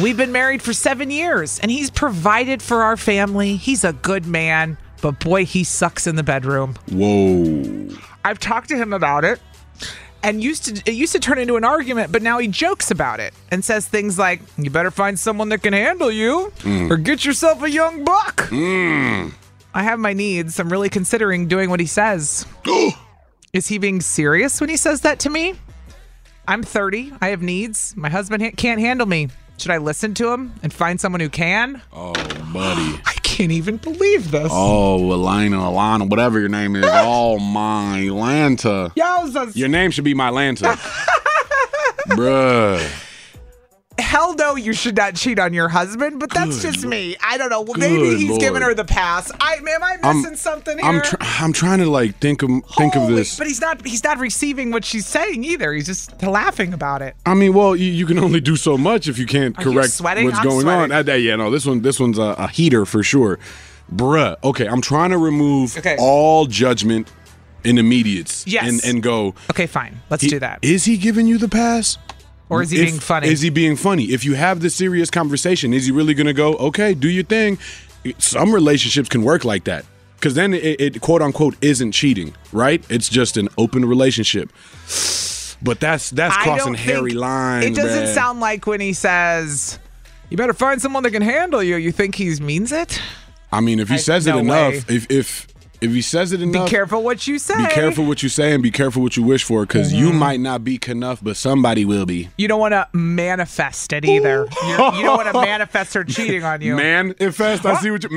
B: We've been married for seven years and he's provided for our family. He's a good man, but boy, he sucks in the bedroom.
C: Whoa.
B: I've talked to him about it and used to it used to turn into an argument, but now he jokes about it and says things like, "You better find someone that can handle you
H: Mm.
B: or get yourself a young buck."
A: Hmm.
C: Hmm.
H: Mm.
B: I have my needs. I'm really considering doing what he says. Is he being serious when he says that to me? I'm 30. I have needs. My husband ha- can't handle me. Should I listen to him and find someone who can?
C: Oh, buddy.
B: I can't even believe this.
C: Oh, Elena, Alana, whatever your name is. oh, my Lanta.
B: Yowzas.
C: Your name should be my Lanta. Bruh.
B: Hell no, you should not cheat on your husband, but that's
C: Good
B: just me. I don't know. Well, maybe
C: Good
B: he's giving
C: Lord.
B: her the pass. I am I
C: I'm-
B: missing something here?
C: I'm tr- I'm trying to like think of think of
B: Holy-
C: this.
B: But he's not he's not receiving what she's saying either. He's just laughing about it.
C: I mean, well, you, you can only do so much if you can't
B: Are you
C: correct
B: sweating?
C: what's
B: I'm
C: going
B: sweating.
C: on. I, yeah, no, this one, this one's a, a heater for sure, bruh. Okay, I'm trying to remove
B: Okay.
C: all judgment and immediates.
B: Yes.
C: and, and go.
B: Okay, fine. Let's
C: he-
B: do that.
C: Is he giving you the pass,
B: Or is he
C: If-
B: being funny?
C: Is he being funny? If you have the serious conversation, is he really gonna go? Okay, do your thing. Some relationships can work like that because then it, it quote unquote isn't cheating, right? It's just an open relationship. But that's that's
B: I
C: crossing
B: don't think-
C: hairy lines.
B: It doesn't
C: bruh.
B: sound like when he says, "You better find someone that can handle you." You think he means it?
C: I mean, if he
B: I-
C: says
B: no
C: it
B: way.
C: enough, if if If he says it enough,
B: Be careful what you say. Mm-hmm.
C: be careful what you say and be careful what you wish for because you might not be enough, but somebody will be.
B: You don't want to manifest it either. You're- you don't want to manifest her cheating on you.
C: Manifest. I see what you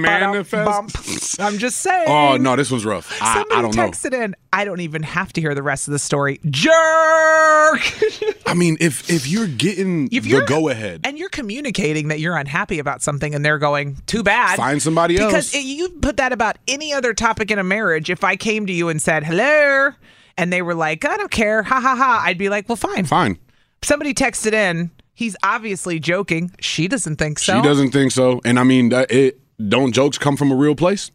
C: manifest.
B: I'm just saying.
C: Oh no, this was rough. I,
B: Somebody
C: I don't know.
B: texted in. I don't even have to hear the rest of the story. Jerk.
C: I mean, if if you're getting
B: If
C: the
B: you're-
C: go ahead,
B: And you're communicating that you're unhappy about something, and they're going, "Too bad."
C: Find somebody
B: because
C: else.
B: Because you put that about any other topic in a marriage. If I came to you and said, "Hello," and they were like, "I don't care," ha ha ha, I'd be like, "Well, fine,
C: fine."
B: Somebody texted in. He's obviously joking. She doesn't think so.
C: she doesn't think so. And I mean, that it don't jokes come from a real place?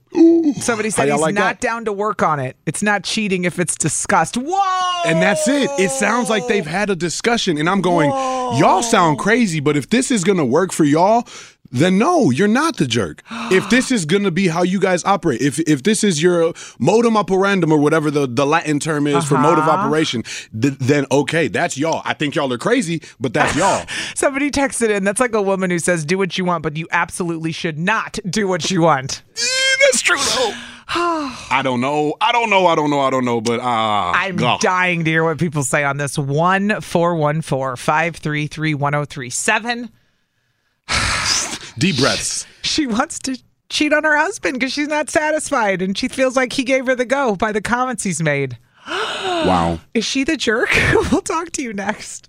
B: Somebody
C: How
B: said
C: y'all
B: he's
C: like
B: not down to work on it. It's not cheating if it's discussed. Whoa!
C: And that's it. It sounds like they've had a discussion, and I'm going, y'all sound crazy, but if this is gonna work for y'all, then no, you're not the jerk. If this is gonna be how you guys operate, if if this is your modem operandum or whatever the, the Latin term is for mode of
B: Uh-huh.
C: operation, th- then okay, that's y'all. I think y'all are crazy, but that's y'all.
B: Somebody texted in. That's like a woman who says, "Do what you want, but you absolutely should not do what you want."
C: that's true though. I don't know. I don't know. I don't know. I don't know. But uh,
B: I'm dying to hear what people say on this. 1 414 533 1037.
C: Deep breaths.
B: She wants to cheat on her husband because she's not satisfied and she feels like he gave her the go by the comments he's made.
C: Wow.
B: Is she the jerk? we'll talk to you next.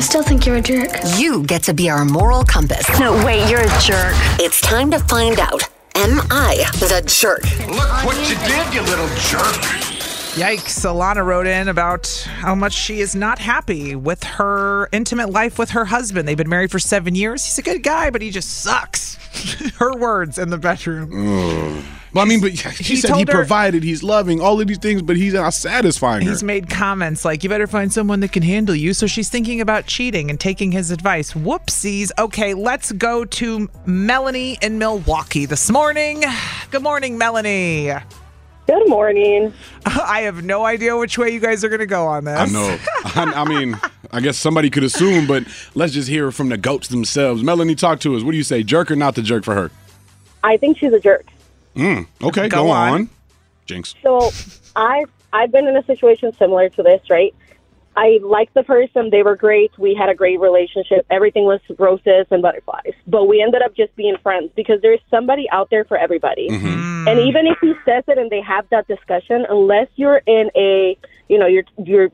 A: Still think you're a jerk. You get to be our moral compass. No, wait, you're a jerk. It's time to find out. Am I the jerk?
H: Look what you did, you little jerk.
B: Yikes. Alana wrote in about how much she is not happy with her intimate life with her husband. They've been married for seven years. He's a good guy, but he just sucks. her words in the bedroom.
C: Ugh. Well, I mean, but Mm. he,
B: he
C: said he
B: told her-
C: provided, he's loving, all of these things, but he's not satisfying her.
B: He's made comments like, you better find someone that can handle you. So she's thinking about cheating and taking his advice. Whoopsies. Okay, let's go to Melanie in Milwaukee this morning. Good morning, Melanie.
I: Good morning.
B: I have no idea which way you guys are going to go on this.
C: I know. I, I mean, I guess somebody could assume, but let's just hear it from the goats themselves. Melanie, talk to us. What do you say, jerk or not the jerk for her?
I: I think she's a jerk.
C: Mm, okay, go,
I: Go
C: on.
I: on.
C: Jinx.
I: So I've I've been in a situation similar to this, right? I liked the person, they were great, we had a great relationship, everything was roses and butterflies. But we ended up just being friends because there's somebody out there for everybody. And even if he says it and they have that discussion, unless you're in a you know, you're you're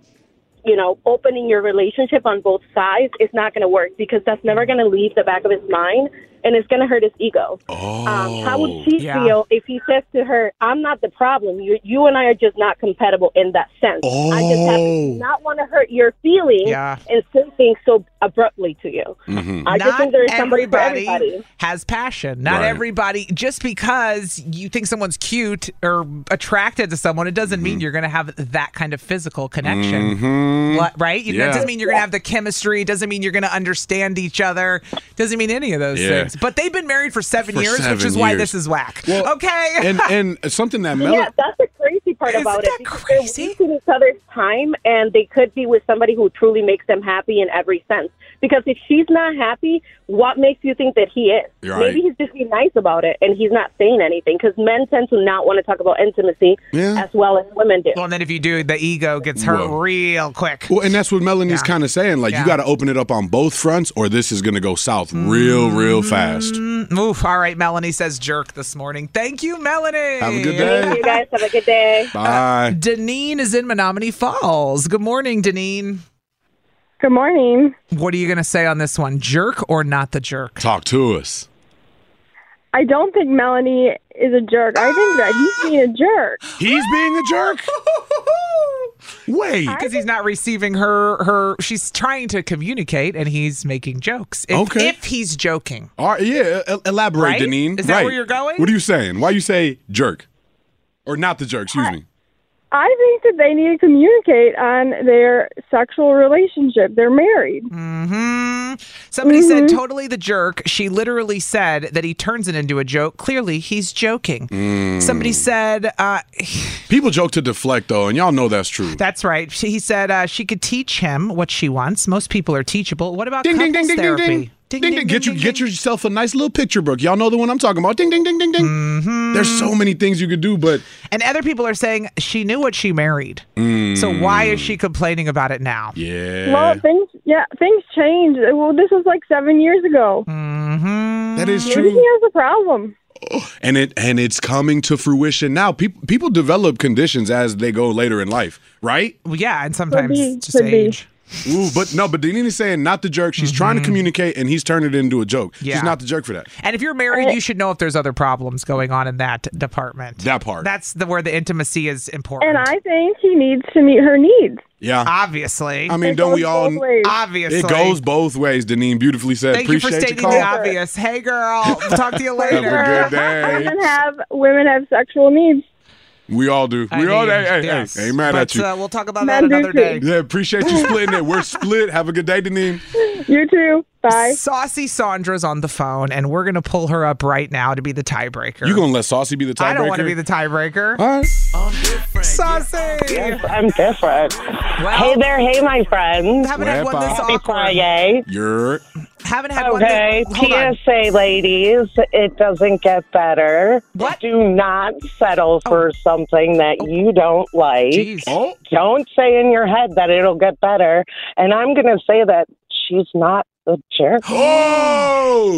I: you know, opening your relationship on both sides, it's not gonna work because that's never gonna leave the back of his mind and it's gonna hurt his ego. Um, how would she
J: Yeah.
I: feel if he says to her, "I'm not the problem. You, you and I are just not compatible in that sense. I just have
J: Oh.
I: to not want to hurt your feelings
B: Yeah.
I: and say things so abruptly to you."
J: Mm-hmm.
I: I just think there is somebody for everybody.
B: has passion. Not
I: Right.
B: everybody. Just because you think someone's cute or attracted to someone, it doesn't
C: Mm-hmm.
B: mean you're going to have that kind of physical connection.
C: Mhm.
B: What- right? You, It
C: Yeah.
B: doesn't mean you're going to have the chemistry. It doesn't mean you're going to understand each other. doesn't mean any of those
C: Yeah.
B: things. But they've been married for seven
C: For
B: years, which
C: seven
B: is why
C: years.
B: this is whack. Oh, okay.
C: and and something that Mel-
I: yeah, that's the crazy part about it. because They're wasting each other's time, and they could be with somebody who truly makes them happy in every sense. Because if she's not happy, what makes you think that he is?
J: You're
I: Maybe
J: right.
I: he's just being nice about it, and he's not saying anything. Because men tend to not want to talk about intimacy as well as women do.
B: well, and then if you do, the ego gets hurt
C: Whoa.
B: real quick.
C: Well, and that's what Melanie's kind of saying. Like, you got to open it up on both fronts, or this is going to go south real, real fast.
B: Mm, Oof. All right. Melanie says jerk this morning. Thank you, Melanie.
C: Have a good day.
B: Mm-hmm.
C: Thank you,
I: guys. Have a good day.
B: Uh,
C: Bye.
B: Deneen is in Menominee Falls. Good morning, Deneen.
I: Good morning.
B: What are you going to say on this one? Jerk or not the jerk?
C: Talk to us.
J: I don't think Melanie is a jerk. I think that he's being a jerk.
C: He's being a jerk. Wait.
B: Because he's not receiving her. Her. She's trying to communicate, and he's making jokes. If,
C: Okay.
B: If he's joking.
C: All right, yeah, el- elaborate,
B: Right?
C: Deneen.
B: Is that where
C: Right.
B: you're going?
C: What are you saying? Why you say jerk? Or not the jerk, excuse me.
J: I think that
C: Mm.
J: they need to communicate on their sexual relationship. They're married.
B: Mm-hmm. Somebody said
C: Mm-hmm.
B: totally the jerk. She literally said that he turns it into a joke. Clearly, he's joking.
C: Mm.
B: Somebody said uh,
C: People joke to deflect though, and y'all know that's true.
B: that's right. She, he said uh, she could teach him what she wants. Most people are teachable. What about
C: Ding ding
B: couples
C: ding ding ding
B: therapy?
C: ding. Ding, ding, get you get yourself a nice little picture book. Y'all know the one I'm talking about. Ding ding ding ding ding. There's so many things you could do, but
B: Mm-hmm. And other people are saying she knew what she married. So why is she complaining about it now?
C: Mm. Yeah.
J: Well, things yeah, things change. Well, this was like seven years ago.
C: Mm.
B: Mm-hmm.
C: that is
J: Maybe
C: true.
J: he has a problem.
C: and it and it's coming to fruition now. People people develop conditions as they go later in life, right?
B: Well, yeah, and sometimes
J: be,
B: just
J: could be.
B: age.
C: Ooh, but no, but Danini's saying not the jerk. She's trying to communicate, and he's turned it into a joke.
B: Mm-hmm. Yeah.
C: She's not the jerk for that.
B: And if you're married, you should know if there's other problems going on in that department.
C: That part.
B: That's the where the intimacy is important.
J: And I think he needs to meet her needs.
C: yeah.
B: Obviously.
C: I mean, don't we all?
B: Obviously.
C: It goes both ways. Danine beautifully said.
B: Thank you for
C: Appreciate your
B: stating
C: call.
B: the obvious. Hey, girl. Talk to you
C: Have
B: later.
C: a good day.
J: Women have women have sexual needs.
C: We all do.
B: I
C: we all.
B: mean,
C: Hey, hey,
B: yes.
C: hey, ain't mad
B: But,
C: at you.
B: uh, we'll talk about
J: Men
B: that
J: do
B: another
J: too.
B: day.
C: yeah, appreciate you splitting it. We're split. Have a good day, Danine.
J: You too. Bye.
B: Saucy Sandra's on the phone, and we're going to pull her up right now to be the tiebreaker.
C: You gonna let Saucy be the tiebreaker?
B: I don't want to be the tiebreaker.
C: All right.
B: Saucy!
K: I'm different. hey there, hey my friends.
B: Haven't had one this
K: Happy
B: awkward.
K: Friday.
C: You're.
B: Haven't had one
K: Okay,
B: that- hold on.
K: PSA ladies, it doesn't get better.
B: What? Oh.
K: Do not settle for something that you don't like.
B: Jeez.
C: Oh.
K: Don't say in your head that it'll get better. And I'm going to say that she's not the jerk.
C: Oh.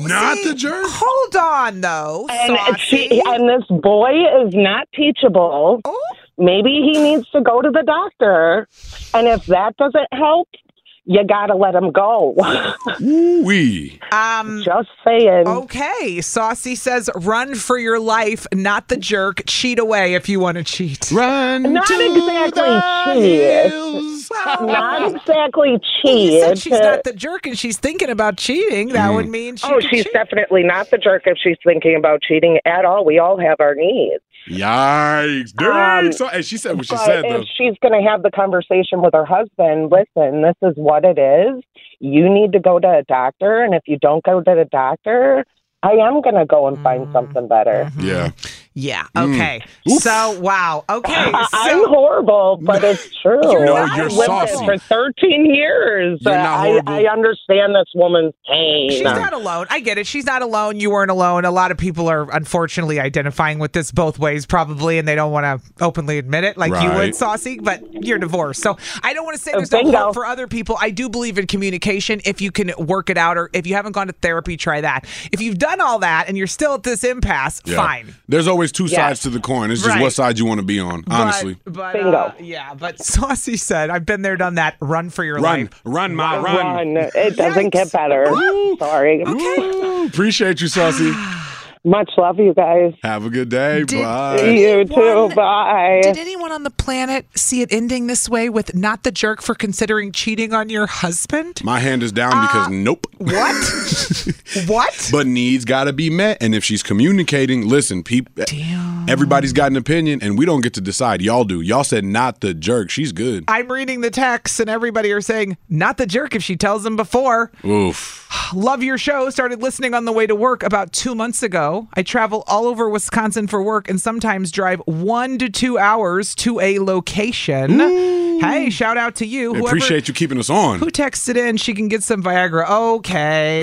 B: Oh,
C: not
B: see?
C: the jerk.
B: Hold on, though.
K: And,
B: Saucy.
K: she, and this boy is not teachable.
B: Oh.
K: Maybe he needs to go to the doctor. And if that doesn't help, you got to let him go.
C: Wee.
B: Um.
K: Just saying.
B: Okay. Saucy says, "Run for your life, not the jerk. Cheat away if you want to cheat."
C: Run
K: Not
C: to
K: exactly
C: the
K: cheat.
C: hills.
K: Not exactly
B: He said
K: cheated.
B: she's not the jerk, and she's thinking about cheating. That would mean she
K: oh,
B: could
K: she's
B: cheat.
K: definitely not the jerk if she's thinking about cheating at all. We all have our needs.
C: Yikes. Dang.
K: Um,
C: so, hey, she said what she
K: But
C: said,
K: if
C: though.
K: she's going to have the conversation with her husband, listen, this is what it is. You need to go to a doctor. And if you don't go to the doctor, I am going to go and find something better.
C: Yeah.
B: Mm-hmm.
C: Mm.
B: yeah. Okay. So wow. Okay.
K: I- I'm
B: So
K: horrible, but it's true.
B: You're
C: No,
B: not
C: you're
K: I've lived
C: saucy.
K: it for 13 years.
C: You're not
K: I,
C: horrible.
K: I understand this woman's pain.
B: she's not alone. I get it. She's not alone. You weren't alone. A lot of people are unfortunately identifying with this both ways, probably, and they don't want to openly admit it, like you would,
C: Right.
B: Saucy. But you're divorced, so I don't want to
A: Oh,
B: say there's no
K: Oh, Bingo.
B: hope for other people. I do believe in communication. If you can work it out, or if you haven't gone to therapy, try that. If you've done all that and you're still at this impasse,
C: Yeah.
B: fine.
C: There's always two
K: Yeah.
C: sides to the coin. It's just
B: Right.
C: what side you want to be on, honestly.
B: But, but,
K: Bingo.
B: uh, yeah, but Saucy said, I've been there, done that. Run for your
C: Run,
B: life.
C: run, ma, run.
K: Run. It doesn't get better. Sorry.
C: Ooh, appreciate you, Saucy.
K: Much love, you guys.
C: Have a good day.
B: Did-
C: Bye.
K: You too.
B: One-
K: Bye.
B: Did anyone on the planet see it ending this way with not the jerk for considering cheating on your husband?
C: My hand is down because nope.
B: Uh, What? what?
C: But needs got to be met. And if she's communicating, listen, peop-
B: Damn.
C: everybody's got an opinion, and we don't get to decide. Y'all do. Y'all said not the jerk. She's good.
B: I'm reading the text and everybody are saying, not the jerk if she tells him before.
C: Oof.
B: Love your show. Started listening on the way to work about two months ago. I travel all over Wisconsin for work and sometimes drive one to two hours to a location. Hey, shout out to you. Whoever-
C: Appreciate you keeping us on.
B: Who texted in? She can get some Viagra. Okay.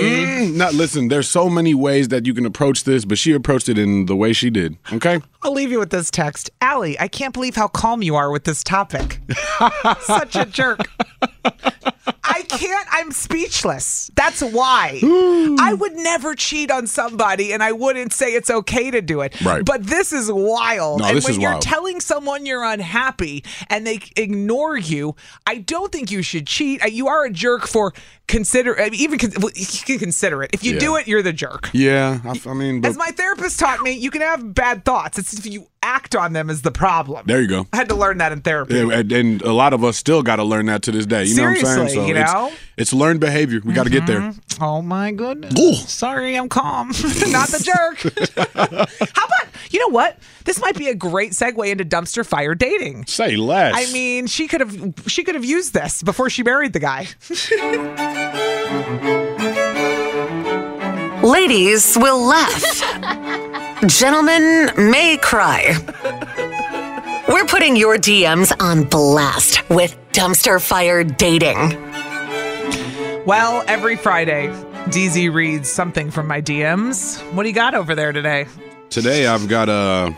C: Mm, Not listen. There's so many ways that you can approach this, but she approached it in the way she did. Okay.
B: I'll leave you with this text. Allie, I can't believe how calm you are with this topic. Such a jerk. I can't, I'm speechless. That's why. I would never cheat on somebody and I wouldn't say it's okay to do it.
C: Right.
B: But this is wild.
C: No,
B: and
C: this
B: when
C: is
B: you're
C: wild.
B: telling someone you're unhappy and they ignore you, I don't think you should cheat. Uh, You are a jerk for consider I mean, even con- well, you can consider it. If you
C: Yeah.
B: do it, you're the jerk.
C: Yeah. I, f- I mean, but
B: As my therapist taught me, you can have bad thoughts. It's if you act on them is the problem.
C: there you go.
B: I had to learn that in therapy.
C: Yeah, and, and a lot of us still got to learn that to this day. You know what I'm
B: Seriously,
C: saying?
B: you
C: it's-
B: know?
C: It's, learned behavior. We got to get there.
B: Oh my goodness.
C: Ooh.
B: Sorry, I'm calm. Not the jerk. How about you know what? This might be a great segue into dumpster fire dating.
C: Say less.
B: I mean, she could have she could have used this before she married the guy.
A: Ladies will laugh. Gentlemen may cry. We're putting your DMs on blast with dumpster fire dating.
B: Well, every Friday, DZ reads something from my DMs. What do you got over there today?
C: Today I've got a,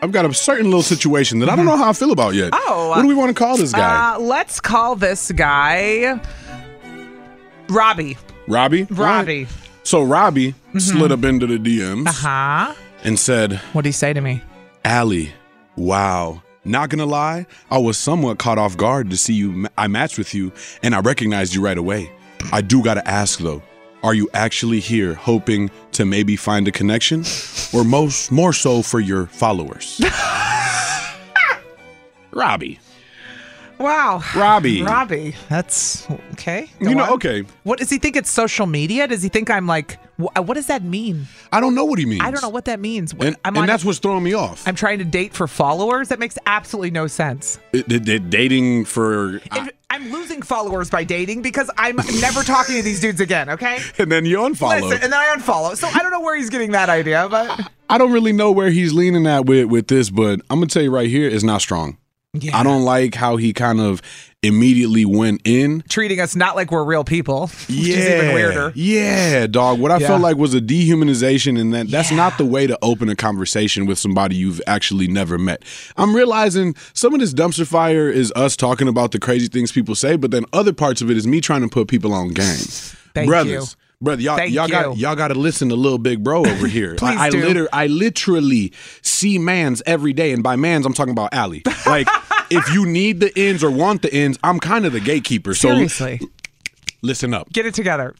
C: I've got a certain little situation that I
B: Mm-hmm.
C: don't know how I feel about yet.
B: Oh,
C: what do we want to call this guy?
B: Uh, let's call this guy Robbie.
C: Robbie.
B: Robbie.
C: Alright. So Robbie
B: Mhm.
C: slid up into the DMs
B: Uh huh.
C: and said,
B: "What do you say to me,
C: Allie? Wow." Not gonna lie, I was somewhat caught off guard to see you. I matched with you, and I recognized you right away. I do gotta ask though, are you actually here hoping to maybe find a connection, or most more so for your followers? Robbie.
B: Wow.
C: Robbie.
B: Robbie. That's okay.
C: You know, okay.
B: What does he think? It's social media? Does he think I'm like? wh- uh, What does that mean?
C: I don't know what he means.
B: I don't know what that means.
C: And,
B: I'm
C: and
B: on
C: that's
B: a-
C: what's throwing me off.
B: I'm trying to date for followers. That makes absolutely no sense.
C: It- it- it- dating for.
B: I, am losing followers by dating because I'm never talking to these dudes again. Okay.
C: and then you unfollow.
B: Listen, and then I unfollow. So I don't know where he's getting that idea, but
C: I don't really know where he's leaning at with, with this, but I'm gonna tell you right here, it's not strong.
B: Yeah.
C: I don't like how he kind of immediately went in.
B: treating us not like we're real people. Which
C: Yeah,
B: Is even weirder.
C: yeah, dog. What I
B: Yeah.
C: felt like was a dehumanization, and that that's not the way to open a conversation with somebody you've actually never met. I'm realizing some of this dumpster fire is us talking about the crazy things people say, but then other parts of it is me trying to put people on game.
B: Thank
C: Brothers,
B: you.
C: brother, y'all,
B: Thank
C: y'all
B: you.
C: got y'all got to listen to little big bro over here.
B: Please
C: I, I
B: do.
C: liter- I literally see mans every day, and by mans I'm talking about Allie. Like, if you need the ends or want the ends, I'm kind of the gatekeeper. So
B: Seriously.
C: listen up,
B: Get it together.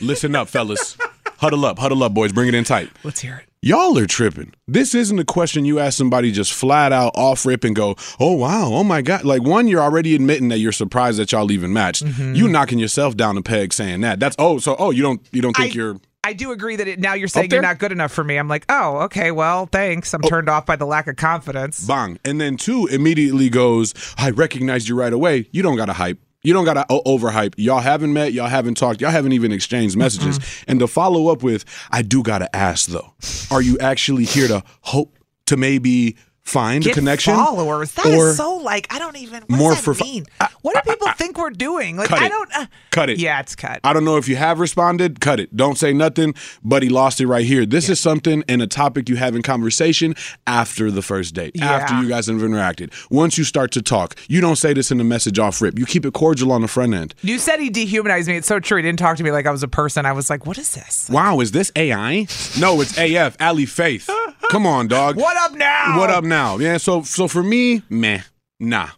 C: listen up, fellas, huddle up, huddle up, boys, bring it in tight.
B: Let's hear it.
C: Y'all are tripping. This isn't a question you ask somebody just flat out off rip and go, oh wow, oh my god. Like one, you're already admitting that you're surprised that y'all even matched.
B: Mm-hmm.
C: You knocking yourself down a peg saying that. That's oh, so oh you don't you don't think you're
B: I do agree that it, now you're saying you're
C: there? Oh.
B: not good enough for me. I'm like, oh, okay, well, thanks. I'm turned off by the lack of confidence.
C: bang. And then two immediately goes, I recognized you right away. You don't gotta hype. You don't gotta o- overhype. Y'all haven't met. Y'all haven't talked. Y'all haven't even exchanged messages. And to follow up with, I do gotta ask though, are you actually here to hope to maybe find
B: Get
C: a connection?
B: followers. That is
C: Or
B: so like I don't even. What
C: more
B: does that
C: for fo-
B: mean? what do people think we're doing? Like
C: Cut
B: I
C: it.
B: don't. Uh,
C: cut it.
B: yeah, it's cut.
C: I don't know if you have responded. Cut it. Don't say nothing. But he lost it right here. This is something and a topic you have in conversation after the first date, after
B: Yeah.
C: you guys have interacted. Once you start to talk, you don't say this in the message off rip. You keep it cordial on the front end.
B: You said he dehumanized me. It's so true. He didn't talk to me like I was a person. I was like, what is this?
C: Wow, is this AI? no, it's AF. Ali Faith. Come on, dog.
B: What up now?
C: What up now? Yeah. So so for me, meh, nah.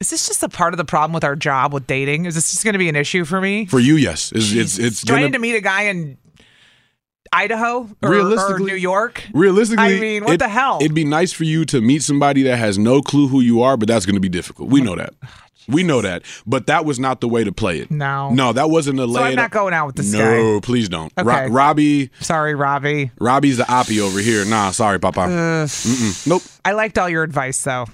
B: Is this just a part of the problem with our job with dating? Is this just going to be an issue for me?
C: For you, yes. It's it's, it's
B: Do I
C: gonna
B: need to meet a guy in Idaho or, or
C: Realistically-
B: New York?
C: Realistically,
B: I mean, what
C: it-
B: the hell?
C: It'd be nice for you to meet somebody that has no clue who you are, but that's going to be difficult. We know that. We know that. But that was not the way to play it.
B: Ah, No.
C: No, that wasn't a lay.
B: So I'm
C: it
B: not
C: up-
B: going out with this
C: no,
B: guy.
C: please don't.
B: Okay.
C: Ro- Robbie,
B: Sorry, Robbie.
C: Robbie's the oppie over here. Nah, sorry, Papa. Mm-mm. Nope.
B: I liked all your advice though.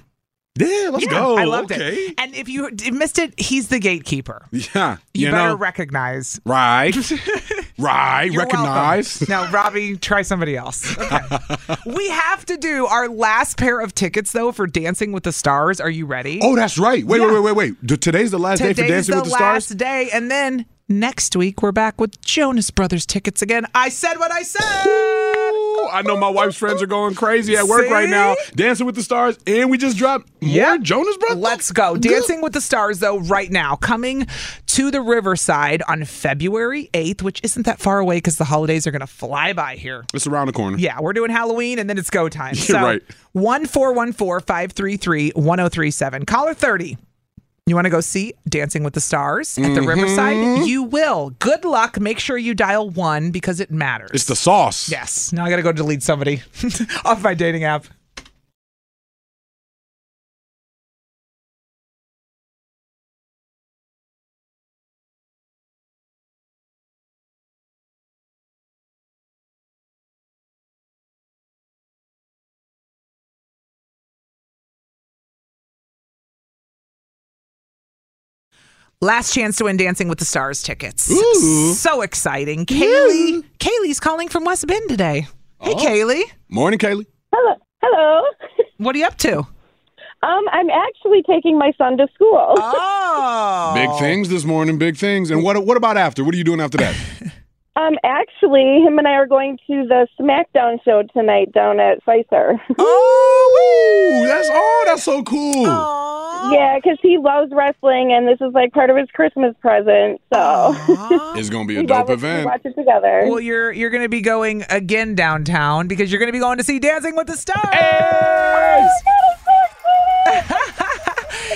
C: Yeah, let's go.
B: I loved
C: Okay.
B: it. And if you d- missed it, he's the gatekeeper. You,
C: Yeah, you,
B: better
C: know,
B: recognize.
C: right, right,
B: You're welcome.
C: recognize.
B: now, Robbie, try somebody else. Okay. we have to do our last pair of tickets though for Dancing with the Stars. Are you ready?
C: Oh, that's right. Wait, wait, wait, wait, wait. D- Today's the last day for
B: Today's
C: Dancing
B: the
C: with the
B: last
C: Stars.
B: day, and then next week we're back with Jonas Brothers tickets again. I said what I said.
C: Ooh, I know my wife's friends are going crazy at work right now, dancing with the stars, and we just dropped more
B: Yeah.
C: Jonas Brothers.
B: Let's go. Dancing with the Stars, though, right now, coming to the Riverside on February 8th, which isn't that far away because the holidays are going to fly by here.
C: It's around the corner.
B: Yeah, we're doing Halloween and then it's go time.
C: You're right.
B: 1414 533 1037. Caller 30. You want to go see Dancing with the Stars at the
C: Mm-hmm.
B: Riverside? You will. Good luck. Make sure you dial one because it matters.
C: It's the sauce.
B: yes. Now I got to go delete somebody off my dating app. Last chance to win Dancing with the Stars tickets.
C: Ooh.
B: So exciting. Kaylee. Kaylee's calling from West Bend today. Hey,
C: Oh.
B: Kaylee.
C: Morning, Kaylee.
J: Hello. Hello.
B: What are you up to?
J: Um, I'm actually taking my son to school.
B: Oh.
C: Big things this morning, big things. And what what about after? What are you doing after that?
J: Um, actually, him and I are going to the SmackDown show tonight down at Pfizer.
C: Oh, woo! That's oh, that's so cool.
J: Yeah, because he loves wrestling, and this is like part of his Christmas present. So
C: It's gonna be
J: we
C: a
J: watch it-
C: dope
J: We
C: event.
J: watch it together.
B: Oh. Well, you're you're going to be going again downtown because you're going to be going to see Dancing with the Stars.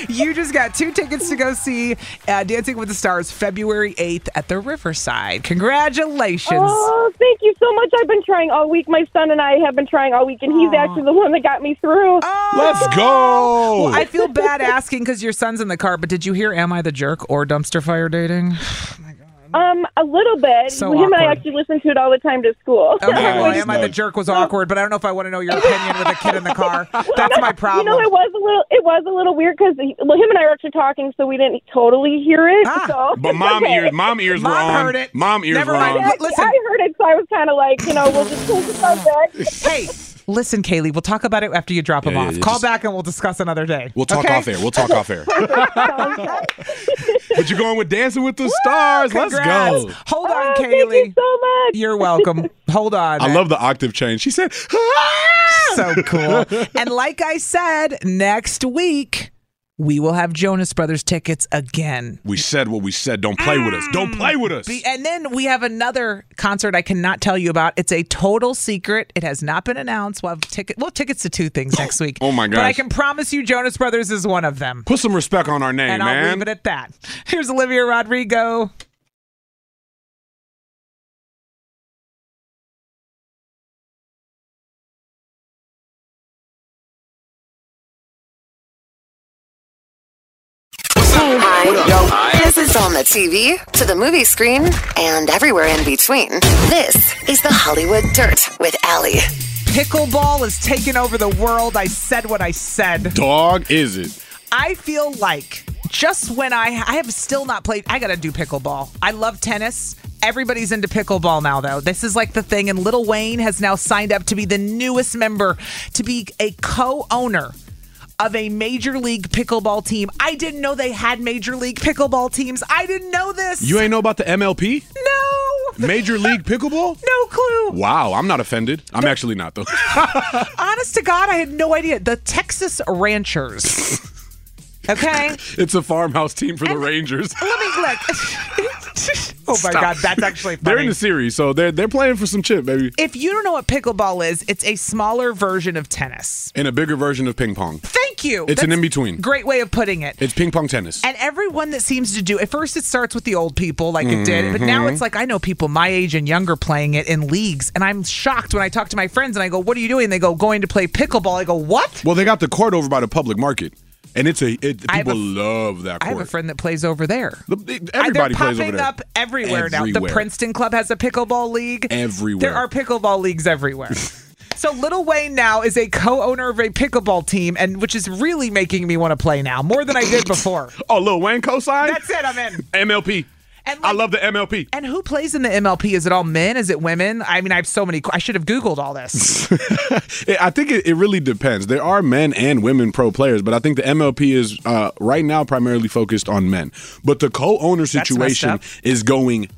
B: you just got two tickets to go see uh, Dancing with the Stars February 8th at the Riverside. Congratulations.
J: Oh, thank you so much. I've been trying all week. My son and I have been trying all week, and he's actually the one that got me through.
B: Oh.
C: Let's go.
B: Well, I feel bad asking because your son's in the car, but did you hear Am I the Jerk or Dumpster Fire Dating?
J: Um, a little bit.
B: So
J: him and I
B: awkward.
J: actually listen to it all the time to school.
B: Okay, well, Am I the Jerk was awkward, but I don't know if I want to know your opinion with a kid in the car. That's my problem.
J: You know, it was a little, it was a little weird because well, him and I were actually talking, so we didn't totally hear it.
B: Ah,
J: so.
C: But mom
J: Okay.
C: ears, mom ears were
B: Mom
C: on.
B: heard it.
C: Mom ears
B: Never
C: were
B: mind.
C: on.
J: I, I heard it, so I was kind of like, you know, we'll just change the subject.
B: hey, Listen, Kaylee, we'll talk about it after you drop him
C: yeah,
B: off.
C: yeah,
B: Call
C: just-
B: back and we'll discuss another day.
C: We'll talk
B: okay?
C: off air. We'll talk off air. but you're going with Dancing with the Stars. Let's
B: Congrats.
C: go.
B: Hold on, Kaylee. Oh, Thank you
J: so much.
B: You're welcome. Hold on.
C: I love the octave change. She said,
B: so cool. And like I said, next week we will have Jonas Brothers tickets again.
C: "We said what we said. Don't play with us. Don't play with us."
B: Mm. Be- And then we have another concert I cannot tell you about. It's a total secret. It has not been announced. We'll have ticket well tickets to two things next week.
C: Oh my
B: But I
C: gosh.
B: can promise you Jonas Brothers is one of them.
C: Put some respect on our name,
B: and I'll leave
C: man.
B: it at that. Here's Olivia Rodrigo.
A: Hey, hi. This is on the TV, to the movie screen, and everywhere in between. This is the Hollywood Dirt with Allie.
B: Pickleball is taking over the world. I said what I said.
C: Dog is it?
B: I feel like just when I I have still not played, I gotta do pickleball. I love tennis. Everybody's into pickleball now, though. This is like the thing, and Little Wayne has now signed up to be the newest member to be a co-owner of a major league pickleball team. I didn't know they had major league pickleball teams. I didn't know this.
C: You ain't know about the MLP?
B: No.
C: Major League Pickleball?
B: no clue.
C: Wow, I'm not offended. I'm actually not though.
B: Honest to God, I had no idea. The Texas Ranchers. Okay.
C: It's a farmhouse team for the Rangers.
B: Let me look. oh my
C: Stop.
B: God, that's actually funny.
C: They're in the series, so they're they're playing for some chip, baby.
B: If you don't know what pickleball is, it's a smaller version of tennis.
C: And a bigger version of ping pong.
B: Thank you.
C: It's an
B: That's
C: in between.
B: a Great way of putting it.
C: It's ping pong tennis.
B: And everyone that seems to do at first it starts with the old people like it did, but now
C: Mhm.
B: it's like I know people my age and younger playing it in leagues, and I'm shocked when I talk to my friends and I go, "What are you doing?" They go, "Going to play pickleball." I go, "What?"
C: Well, they got the court over by the public market, and it's a it,
B: I have
C: people
B: a-
C: love that
B: I have a
C: court.
B: friend that plays over there.
C: Everybody
B: They're
C: plays
B: popping
C: over there.
B: up everywhere, now. The
C: Everywhere.
B: Princeton Club has a pickleball league.
C: Everywhere.
B: There are pickleball leagues everywhere. so Little Wayne now is a co-owner of a pickleball team, and which is really making me want to play now more than I did before.
C: Oh, Lil Wayne cosign.
B: That's it. I'm in.
C: MLP.
B: And
C: I love the MLP.
B: And who plays in the MLP? Is it all men? Is it women? I mean, I have so many. I should have Googled all this.
C: It- I think it, it really depends. There are men and women pro players, but I think the MLP is uh, right now primarily focused on men. But the co-owner
B: messed
C: situation
B: up.
C: is going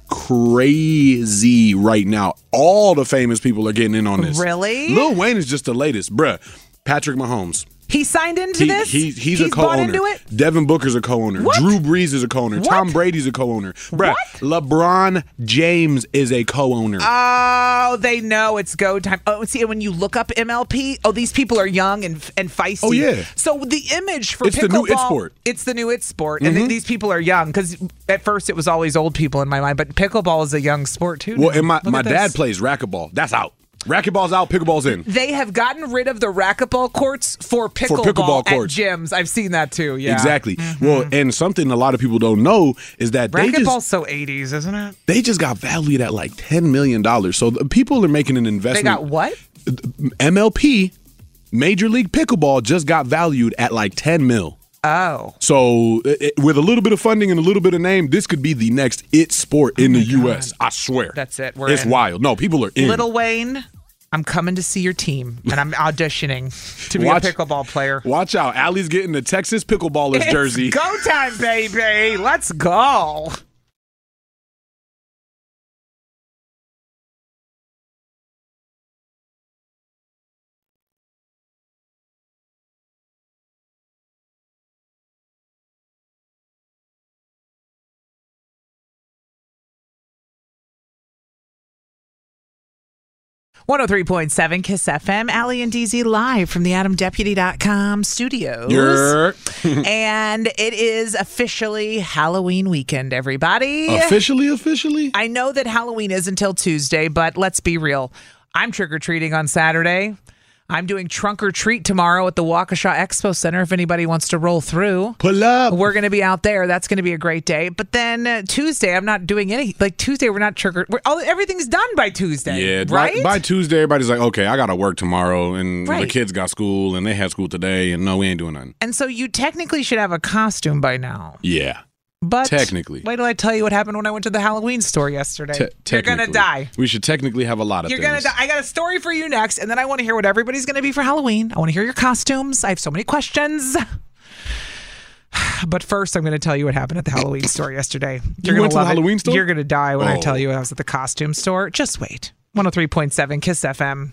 C: crazy right now. All the famous people are getting in on this.
B: Really?
C: Lil Wayne is just the latest, bruh. Patrick Mahomes.
B: He signed into
C: He,
B: this.
C: he- he's, a
B: bought
C: co-owner.
B: into it.
C: Devin Booker's a co-owner.
B: What?
C: Drew Brees is a co-owner.
B: What?
C: Tom Brady's a co-owner. Bruh, LeBron James is a co-owner.
B: Oh, they know it's go time. Oh, see, and when you look up MLP, oh, these people are young and and feisty.
C: Oh, yeah.
B: So the image for
C: It's the new it
B: pickleball-
C: sport.
B: It's the new it sport, and th-
C: Mhm.
B: these people are young because at first it was always old people in my mind, but pickleball is a young sport too.
C: well,
B: now.
C: and my,
B: Look
C: my
B: at this.
C: dad plays racquetball. That's out. Racquetball's out, pickleball's in.
B: They have gotten rid of the racquetball courts for pickleball,
C: pickleball
B: at
C: courts.
B: gyms. I've seen that too. Yeah, Mm-hmm.
C: Exactly. Well, and something a lot of people don't know is that they
B: Racquetball's
C: just
B: so '80s, isn't it?
C: they just got valued at like ten million dollars. So the people are making an
B: They
C: investment.
B: got what?
C: MLP, Major League Pickleball just got valued at like ten mil.
B: Oh.
C: So, it- it- with a little bit of funding and a little bit of name, this could be the next it sport in the U.S. I swear.
B: That's it. Oh We're
C: It's
B: in.
C: wild. No, people are in.
B: Little Wayne, I'm coming to see your team, and I'm auditioning to be
C: Watch-
B: a pickleball player.
C: Watch out. Allie's getting the Texas pickleballers
B: It's
C: jersey.
B: Go time, baby. Let's go. One hundred three point seven Kiss FM. Allie and DZ live from the AdamDeputy.com studios.
C: Yer.
B: and it is officially Halloween weekend, everybody.
C: Officially, officially?
B: I know that Halloween is until Tuesday, but let's be real. I'm trick or treating on Saturday. I'm doing trunk or treat tomorrow at the Waukesha Expo Center if anybody wants to roll through.
C: Pull up.
B: We're going to be out there. That's going to be a great day. But then uh, Tuesday, I'm not doing any. Like Tuesday, we're not trick or we're- all Everything's done by Tuesday.
C: Yeah, by-
B: Right?
C: By, Tuesday, everybody's like, okay, I got to work tomorrow. And the
B: Right.
C: kids got school and they had school today. And no, we ain't doing nothing.
B: and so you technically should have a costume by now.
C: Yeah.
B: But
C: Technically.
B: wait till I tell you what happened when I went to the Halloween store yesterday.
C: Te-
B: You're gonna
C: technically.
B: die.
C: We should technically have a lot of
B: You're gonna
C: things.
B: die. I got a story for you next, and then I want to hear what everybody's gonna be for Halloween. I want to hear your costumes. I have so many questions. But first, I'm going to tell you what happened at the Halloween store yesterday. You're gonna
C: went to the
B: love it.
C: Halloween store?
B: You're going to die when I
C: Oh.
B: tell you I was at the costume store. Just wait. 103.7 Kiss FM.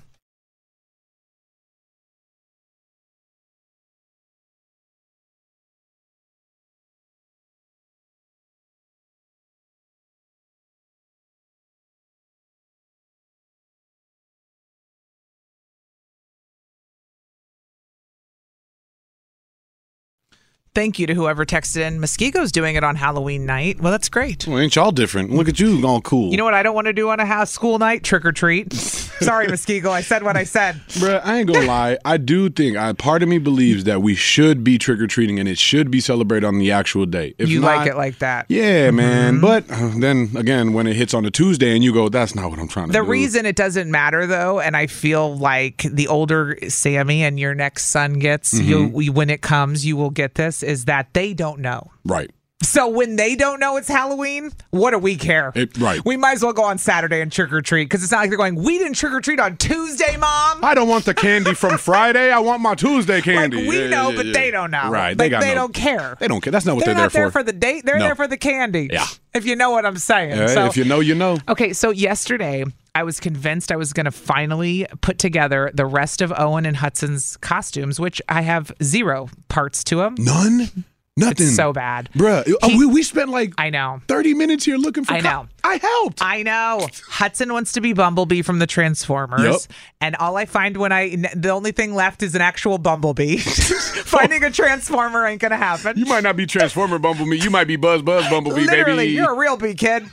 B: Thank you to whoever texted in. Muskiego's doing it on Halloween night. Well, that's great.
C: Well, ain't y'all different? Look at you, all cool.
B: You know what I don't want to do on a house school night? Trick or treat. Sorry, Muskego. I said what I said.
C: Bruh, I ain't gonna lie. I do think I part of me believes that we should be trick or treating and it should be celebrated on the actual day. If
B: you
C: not-
B: like it like that. Mm-hmm.
C: yeah, man. But uh, then again, when it hits on a Tuesday and you go, that's not what I'm trying to
B: The
C: do.
B: reason it doesn't matter though, and I feel like the older Sammy and your next son gets, you,
C: Mhm.
B: you when it comes, you will get this is that they don't know.
C: right?
B: So when they don't know it's Halloween, what do we care?
C: It, right.
B: We might as well go on Saturday and trick or treat because it's not like they're going. We didn't trick or treat on Tuesday, Mom.
C: I don't want the candy from Friday. I want my Tuesday
B: Like
C: candy.
B: we
C: Yeah,
B: know,
C: yeah,
B: but
C: yeah.
B: they don't know.
C: Right?
B: Like,
C: they got no-
B: don't care.
C: They don't care. That's not what
B: they're,
C: they're,
B: not there for. the date. They're
C: No.
B: there for the candy.
C: Yeah.
B: If you know what I'm saying.
C: Yeah,
B: so
C: if you know, you know.
B: Okay, so yesterday I was convinced I was going to finally put together the rest of Owen and Hudson's costumes, which I have zero parts to them.
C: None? Nothing.
B: It's so bad.
C: Bruh, oh, we, we spent like
B: I know.
C: 30 minutes here looking for
B: I
C: co-
B: know.
C: I helped.
B: I know. Hudson wants to be Bumblebee from the Transformers.
C: Yep.
B: And all I find when I, n- the only thing left is an actual Bumblebee. Finding a Transformer ain't going to happen.
C: You might not be Transformer Bumblebee. You might be Buzz Buzz Bumblebee,
B: Literally,
C: baby.
B: you're a real bee kid.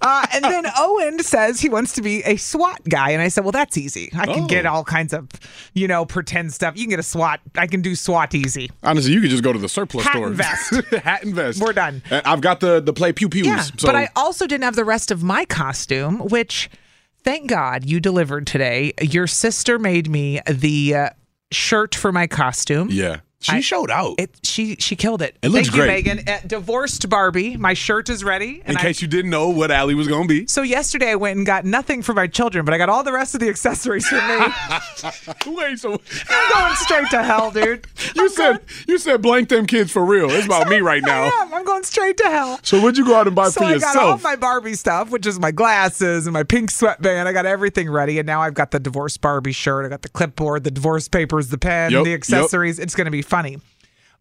B: Uh, and then Owen says he wants to be a SWAT guy, and I said, "Well, that's easy. I can
C: Oh.
B: get all kinds of, you know, pretend stuff. You can get a SWAT. I can do SWAT easy.
C: Honestly, you could just go to the surplus
B: Hat
C: store.
B: and vest.
C: Hat and vest.
B: We're done.
C: And I've got the the play pew pews.
B: Yeah,
C: so
B: but I also didn't have the rest of my costume, which, thank God, you delivered today. Your sister made me the uh, shirt for my costume.
C: yeah, she
B: I-
C: showed out.
B: It, she she killed it.
C: It looks
B: Thank you,
C: great.
B: Megan. Uh, divorced Barbie. My shirt is ready.
C: in
B: I-
C: case you didn't know what Allie was gonna be.
B: So yesterday I went and got nothing for my children, but I got all the rest of the accessories for me.
C: Wait, so
B: I'm going straight to hell, dude.
C: you said you said blank them kids for real. It's about me right
B: I
C: now.
B: am. I'm going straight to hell.
C: So what'd you go out and buy
B: So
C: for
B: I got all
C: yourself?
B: my Barbie stuff, which is my glasses and my pink sweatband. I got everything ready, and now I've got the divorce Barbie shirt. I got the clipboard, the divorce papers, the pen,
C: Yep,
B: the
C: yep.
B: accessories. It's going to be funny.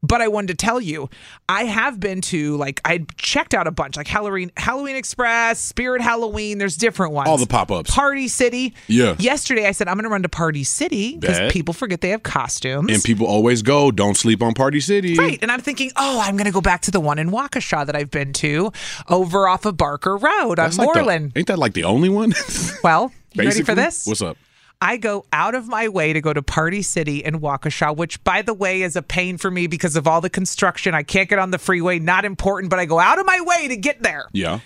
B: But I wanted to tell you, I have been to like I checked out a bunch, like Halloween, Halloween Express, Spirit Halloween. There's different ones.
C: All the pop-ups.
B: Party City.
C: Yeah.
B: Yesterday I said I'm going to run to Party City because
C: Bet.
B: people forget they have costumes.
C: and people always go, don't sleep on Party City.
B: Right. And I'm thinking, oh, I'm going to go back to the one in Waukesha that I've been to over off of Barker Road on
C: That's like the-
B: Moreland.
C: ain't that like the only one?
B: well, you ready for
C: Basically.
B: this?
C: What's up?
B: I go out of my way to go to Party City in Waukesha, which, by the way, is a pain for me because of all the construction. I can't get on the freeway. Not important, but I go out of my way to get there.
C: Yeah.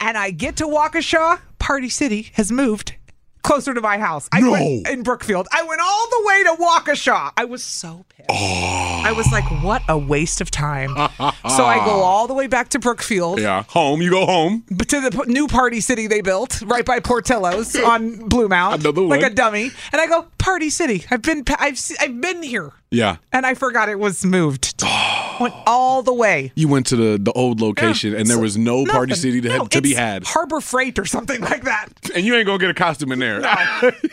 B: And I get to Waukesha. Party City has moved closer to my house. I
C: No.
B: went in Brookfield. I went all the way to Waukesha. I was so pissed.
C: Oh,
B: I was like, what a waste of time. so I go all the way back to Brookfield.
C: Ah. Yeah, home. You go home.
B: But to the p- new party city they built right by Portillo's on Blue Mountain,
C: Another
B: like
C: one.
B: a dummy, and I go Party City. I've been, pa- I've, se- I've been here,
C: Yeah.
B: and I forgot it was moved. Went all the way.
C: You went to the, the old location and there was no party
B: Nothing.
C: city to,
B: No,
C: to be
B: Oh, it's
C: had.
B: Harbor Freight or something like that.
C: And you ain't gonna get a costume in there.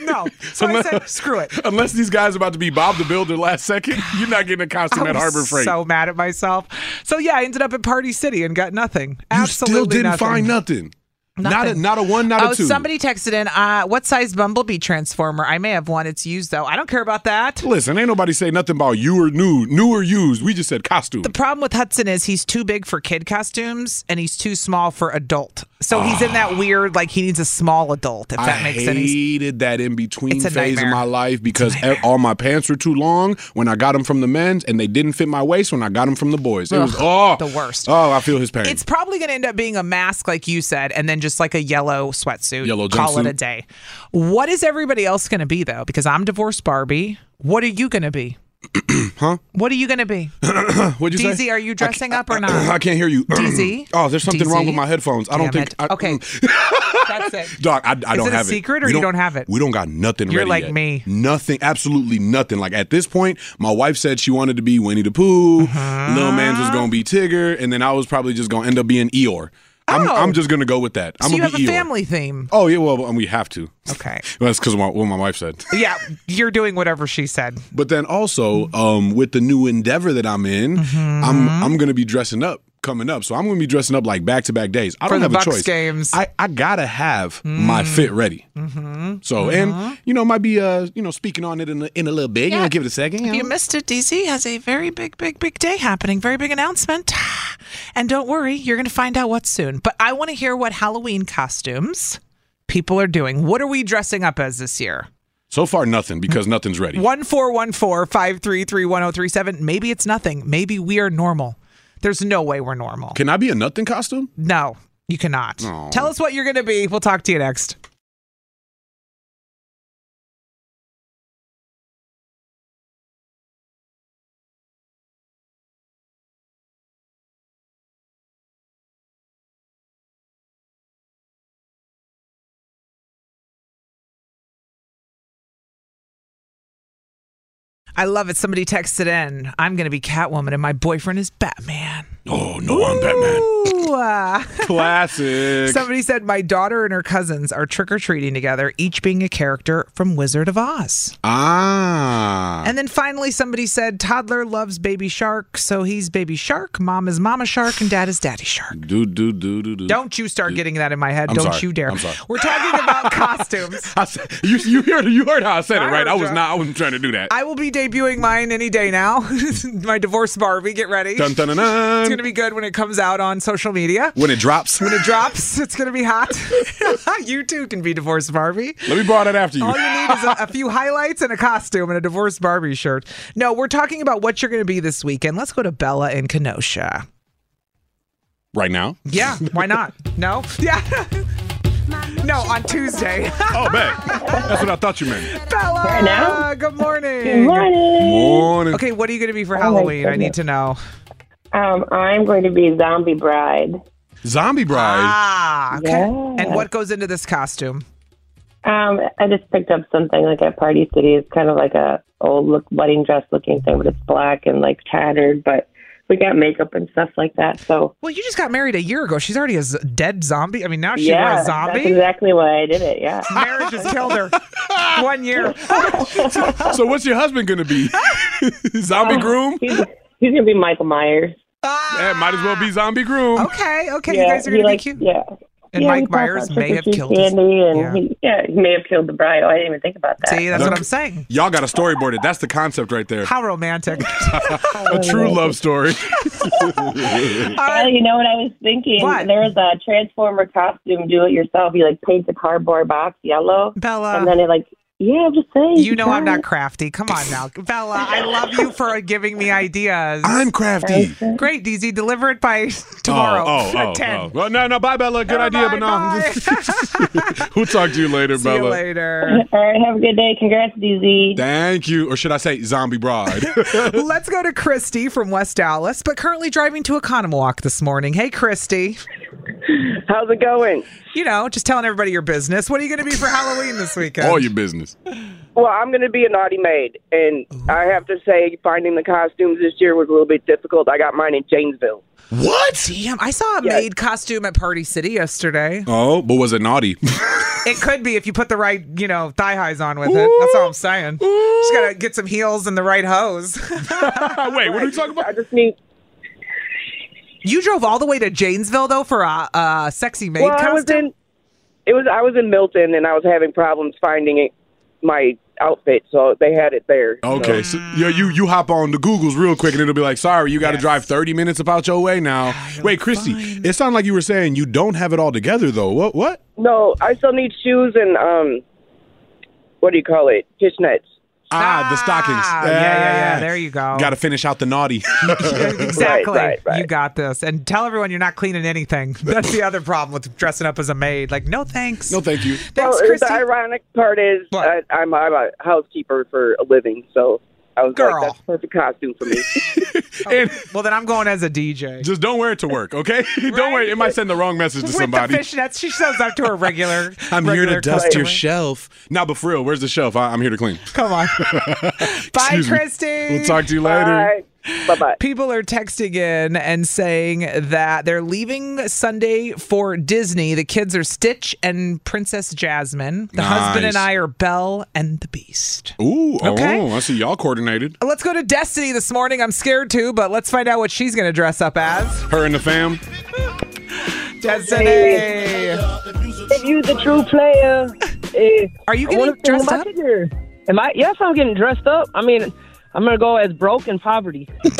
B: No. So I said, screw it.
C: Unless these guys about to be Bob the Builder last second, you're not getting a costume
B: I
C: at
B: was
C: Harbor Freight.
B: So mad at myself. So yeah, I ended up at Party City and got nothing. Absolutely
C: Still didn't
B: nothing.
C: find nothing. Not a
B: Nothing.
C: not a one, not
B: oh,
C: a two.
B: somebody texted in. Uh, what size bumblebee transformer? I may have one. It's used though. I don't care about that.
C: Listen, ain't nobody say nothing about you or new, new or used. We just said costume.
B: The problem with Hudson is he's too big for kid costumes and he's too small for adult. So he's in that weird like he needs a small adult if that
C: Ah. I
B: makes any sense.
C: hated that in between
B: It's a
C: phase
B: nightmare.
C: of my life because e- all my pants were too long when I got them from the men's, and they didn't fit my waist when I got them from the boys. It was oh
B: Ugh, the worst.
C: Oh, I feel his pain.
B: It's probably going to end up being a mask, like you said, and then just like a yellow sweatsuit.
C: Yellow
B: Call it
C: jumpsuit.
B: a day. What is everybody else going to be though? Because I'm divorced Barbie. What are you going to be?
C: huh?
B: What are you going to be?
C: What'd you
B: DZ,
C: say?
B: are you dressing up or
C: I
B: not?
C: can't hear you.
B: DZ?
C: Oh, there's something wrong
B: DZ?
C: with my headphones. I don't
B: Damn
C: think.
B: it.
C: I,
B: okay, that's it.
C: Doc, I, I
B: Is
C: don't
B: it a
C: have it.
B: secret or
C: We
B: you don't have it?
C: We don't got nothing
B: You're
C: ready
B: like
C: yet.
B: me.
C: Nothing, absolutely nothing. Like at this point, my wife said she wanted to be Winnie the Pooh.
B: Uh-huh.
C: Little Man's was going to be Tigger. And then I was probably just going to end up being Eeyore. I'm,
B: Oh.
C: I'm just going to go with that. I'm
B: so you
C: going
B: have a
C: to be Eeyore.
B: family theme.
C: Oh, yeah, well, we have to.
B: Okay.
C: Well, that's because of what what my wife said.
B: Yeah, you're doing whatever she said.
C: But then also, um, with the new endeavor that I'm in,
B: Mm-hmm.
C: I'm I'm gonna be dressing up coming up. So I'm gonna be dressing up like back to back days. I
B: For
C: don't
B: the
C: have
B: Bucks
C: a choice.
B: games.
C: I, I gotta have my fit ready.
B: Mm-hmm.
C: So and you know might be uh you know speaking on it in a, in a little bit. You know give it a second. You know?
B: You missed it. DZ has a very big, big, big day happening. Very big announcement. And don't worry, you're going to find out what soon. But I want to hear what Halloween costumes people are doing. What are we dressing up as this year?
C: so far nothing because nothing's ready.
B: 1414-533-1037. Maybe it's nothing. Maybe we are normal. There's no way we're normal.
C: Can I be a nothing costume?
B: No, you cannot. Tell us what you're going to be. We'll talk to you next. I love it. Somebody texted in, I'm going to be Catwoman and my boyfriend is Batman.
C: Oh no, I'm Batman.
B: Ooh, uh,
C: Classic.
B: somebody said, My daughter and her cousins are trick or treating together, each being a character from Wizard of Oz.
C: ah.
B: And then finally, somebody said, Toddler loves Baby Shark, so he's Baby Shark, Mom is Mama Shark, and Dad is Daddy Shark.
C: do do do do do.
B: Don't you start getting that in my head.
C: I'm
B: Don't
C: sorry.
B: you dare.
C: I'm sorry.
B: We're talking about costumes.
C: I said, you you heard you heard how I said it
B: I
C: right?
B: heard
C: I was
B: you.
C: not. I wasn't trying to do that.
B: I will be debuting mine any day now. my divorce Barbie. Get ready.
C: Dun, dun, dun, dun.
B: It's going to be good when it comes out on social media.
C: when it drops.
B: When it drops, it's going to be hot. you too can be divorced Barbie.
C: Let me borrow that after you.
B: All you need is a, a few highlights and a costume and a divorced Barbie shirt. No, we're talking about what you're going to be this weekend. Let's go to Bella in Kenosha.
C: right now.
B: Yeah, why not? No? Yeah. no, on Tuesday.
C: Oh, man. That's what I thought you meant.
B: Bella.
C: Right now?
B: Good morning.
C: Good morning. Morning.
B: Okay, what are you going to be for
C: Oh
B: Halloween? I need to know.
L: Um, I'm going to be zombie bride.
C: Zombie bride.
B: Ah, okay.
L: Yeah.
B: And what goes into this costume?
L: Um, I just picked up something like at Party City. It's kind of like a old look wedding dress looking thing, but it's black and like tattered. But we got makeup and stuff like that. So
B: Well, you just got married a year ago. She's already a z- dead zombie. I mean, now she's
L: yeah,
B: a zombie.
L: that's exactly why I did it. Yeah.
B: Marriage has killed her. One year.
C: So what's your husband going to be? zombie groom?
L: Um, He's, he's gonna be Michael Myers.
C: Yeah, might as well be zombie groom.
B: Okay, okay.
L: Yeah,
B: you guys are
L: he
B: going to be
L: likes-
B: cute.
L: Yeah.
B: And
L: Yeah, he
B: Mike
L: passed out
B: Myers may have
L: trick-or-treat
B: killed his-
L: candy, and
B: yeah.
L: He, yeah, he may have killed the bride. Oh, I didn't even think about that.
B: See, that's
C: Look.
B: what I'm saying.
C: Y'all got to storyboard it. That's the concept right there.
B: How romantic.
C: A true love story.
L: Well, Uh, you know what I was thinking?
B: What?
L: There's a transformer costume do it yourself. You like paint the cardboard box yellow.
B: Bella.
L: And then it like Yeah, I'm just saying.
B: You know I'm not crafty. Come on now, Bella. I love you for giving me ideas. I'm
C: crafty.
B: Great, DZ. Deliver it by tomorrow.
C: Oh, oh,
B: at
C: oh,
B: 10.
C: oh. Well, no, no, bye, Bella. Good idea, but no. we'll talk to you later,
B: See
C: Bella.
B: you later.
L: All right, have a good day. Congrats, DZ.
C: Thank you. Or should I say zombie bride?
B: Let's go to Christy from West Dallas, but currently driving to Economwalk this morning. Hey, Christy.
M: How's it going?
B: You know, just telling everybody your business. What are you going to be for Halloween this weekend?
C: All your business.
M: Well, I'm going to be a naughty maid, and I have to say, finding the costumes this year was a little bit difficult. I got mine in Janesville.
C: What?
B: Damn, I saw a maid costume at Party City yesterday.
C: Oh, but was it naughty?
B: It could be if you put the right, you know, thigh highs on with it. That's all I'm saying. Just gotta get some heels and the right hose.
C: Wait, what are we talking about? I
M: just need.
B: You drove all the way to Janesville though for a, a sexy maid
M: well, I was
B: costume.
M: in. It was I was in Milton, and I was having problems finding it, my outfit, so they had it there. so-
C: Okay, so yo, you you hop on the Googles real quick and it'll be like, sorry, you got to drive thirty minutes about your way now. Wait, Christy, it sounded like you were saying you don't have it all together though. What? What?
M: No, I still need shoes and um, what do you call it? Fishnets.
C: Ah, the stockings.
B: yeah, yeah, yeah. There you go.
C: Got to finish out the naughty.
B: exactly. You got this. And tell everyone you're not cleaning anything. That's the other problem with dressing up as a maid. Like, no thanks. No,
C: thank you.
B: Thanks,
M: well,
B: Christy.
M: the ironic part is I, I'm I'm a housekeeper for a living, so I was
B: Girl.
M: like, that's the perfect costume for me.
B: Oh, well, then I'm going as a DJ.
C: Just don't wear it to work, okay? don't worry, it might send the wrong message to
B: With
C: somebody.
B: the fishnets, she shows up to her regular.
C: I'm here to
B: regular
C: dust your
B: customer.
C: shelf. Now, but for real, where's the shelf? I, I'm here to clean.
B: Come on. Bye,
C: Excuse me.
B: Christy.
C: We'll talk to you later.
M: Bye bye.
B: People are texting in and saying that they're leaving Sunday for Disney. The kids are Stitch and Princess Jasmine. The husband and
C: Nice.
B: I are Belle and the Beast.
C: Ooh,
B: Okay.
C: oh, I see y'all coordinated.
B: Let's go to Destiny this morning. I'm scared too, but let's find out what she's going to dress up as.
C: Her and the fam.
B: Destiny.
N: If you the true player, eh,
B: are you
N: getting
B: dressed
N: up? Am I? Yes, I'm getting dressed up. I mean, I'm gonna go as broke and poverty.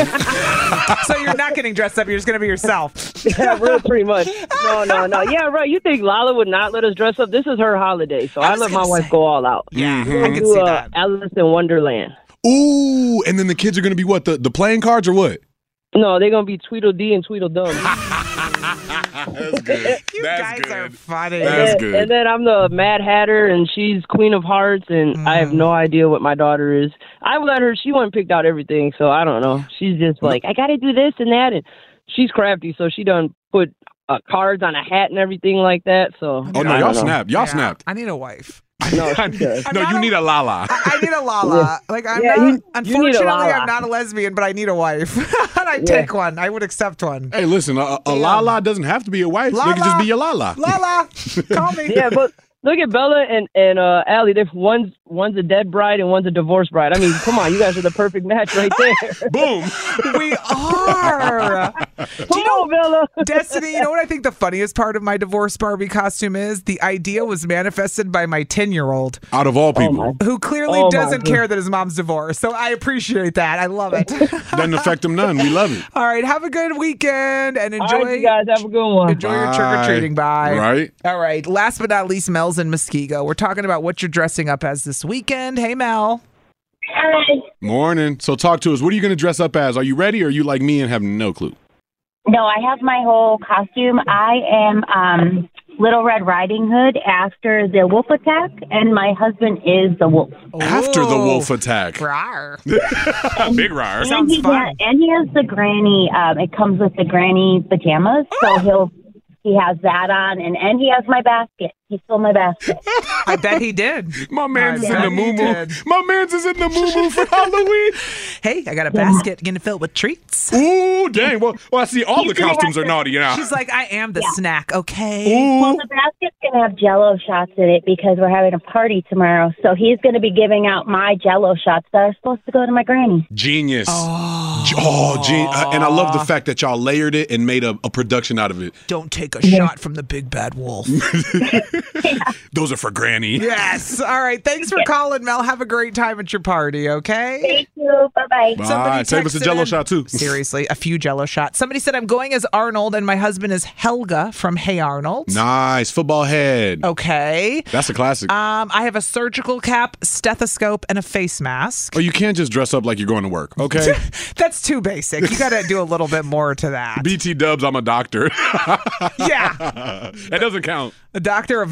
B: so you're not getting dressed up. You're just going to be yourself.
N: yeah, real pretty much. No, no, no. Yeah, right. You think Lala would not let us dress up? This is her holiday, so I, let my wife go all out.
C: Oh, Yeah,
N: We're gonna
C: Mm-hmm. I can
N: do,
C: see
N: uh,
C: that.
N: Alice in Wonderland.
C: Ooh, and then the kids are gonna be what the the playing cards or what?
N: No, they're gonna be Tweedledee and Tweedledum.
C: That's good. You That's guys good. are
B: funny.
C: That's
N: and,
C: good.
N: and then I'm the Mad Hatter, and she's Queen of Hearts, and I have
C: Mm.
N: no idea what my daughter is. I let her; she went and picked out everything, so I don't know. She's just like, I got to do this and that, and she's crafty, so she done put uh, cards on a hat and everything like that. So
C: Oh no, y'all
N: I don't know.
C: snapped. Y'all snapped.
B: I need a wife.
N: No, she does.
C: No, you need a lala.
B: I need a Lala. Like I'm
N: Yeah,
B: not.
N: you- you need a
B: unfortunately,
N: Lala.
B: I'm not a lesbian, but I need a wife. and I take one. I would accept one.
C: Hey, listen, a, a lala doesn't have to be a wife. It can just be your lala.
B: Lala, call me.
N: Yeah, but look at Bella and and uh, Allie. They're, one's one's a dead bride and one's a divorced bride. I mean, come on, you guys are the perfect match right there.
C: Boom.
B: we are. Do you know, Destiny, you know what I think the funniest part of my divorce Barbie costume is? The idea was manifested by my 10 year old,
C: Out of all people,
B: who clearly
C: Oh, my
B: doesn't
C: goodness.
B: care that his mom's divorced. So I appreciate that. I love it.
C: doesn't affect them none. We love it.
B: All right. Have a good weekend and enjoy.
N: All right, you guys have a good one.
B: Enjoy your trick or treating. Bye.
C: Right?
B: All right. Last but not least, Mel's in Muskego. We're talking about what you're dressing up as this weekend. Hey, Mel.
C: Morning. So talk to us. What are you gonna dress up as? Are you ready? Or are you like me and have no clue?
O: No, I have my whole costume. I am um, Little Red Riding Hood after the wolf attack, and my husband is the wolf.
C: After the wolf attack.
B: Oh, Rawr.
C: Big rar.
O: and he, yeah, and he has the granny. Um, it comes with the granny pajamas,
C: Ah!
O: so he'll he has that on, and and he has my basket. He stole my basket.
B: I bet he did.
C: My man's
B: I
C: is in the
B: bet he
C: moo moo.
B: did.
C: My man's is in the moo moo for Halloween.
B: Hey, I got a basket getting filled with treats.
C: Ooh, dang. Well, well I see all
O: He's
C: the
O: gonna
C: costumes
O: have
C: are
O: to-
C: naughty now.
B: She's like, I am the snack, okay?
O: Well, the basket's gonna have Jello shots in it because we're having a party tomorrow. So he's gonna be giving out my Jello shots that are supposed to go to my granny.
C: Genius. Oh, gen- uh, and I love the fact that y'all layered it and made a, a production out of it.
B: Don't take a shot from the big bad wolf.
C: Those are for Granny.
B: yes. All right. Thanks for calling, Mel. Have a great time at your party, okay?
O: Thank you. Bye bye.
C: Bye. Save us a Jell-O shot, too.
B: Seriously, a few Jello shots. Somebody said I'm going as Arnold, and my husband is Helga from Hey Arnold.
C: Nice football head. Red.
B: Okay.
C: That's a classic.
B: Um, I have a surgical cap, stethoscope, and a face mask.
C: oh, you can't just dress up like you're going to work, okay?
B: That's too basic. You got to do a little bit more to that.
C: BT dubs, I'm a doctor.
B: yeah.
C: That doesn't count.
B: A doctor of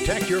P: Protect your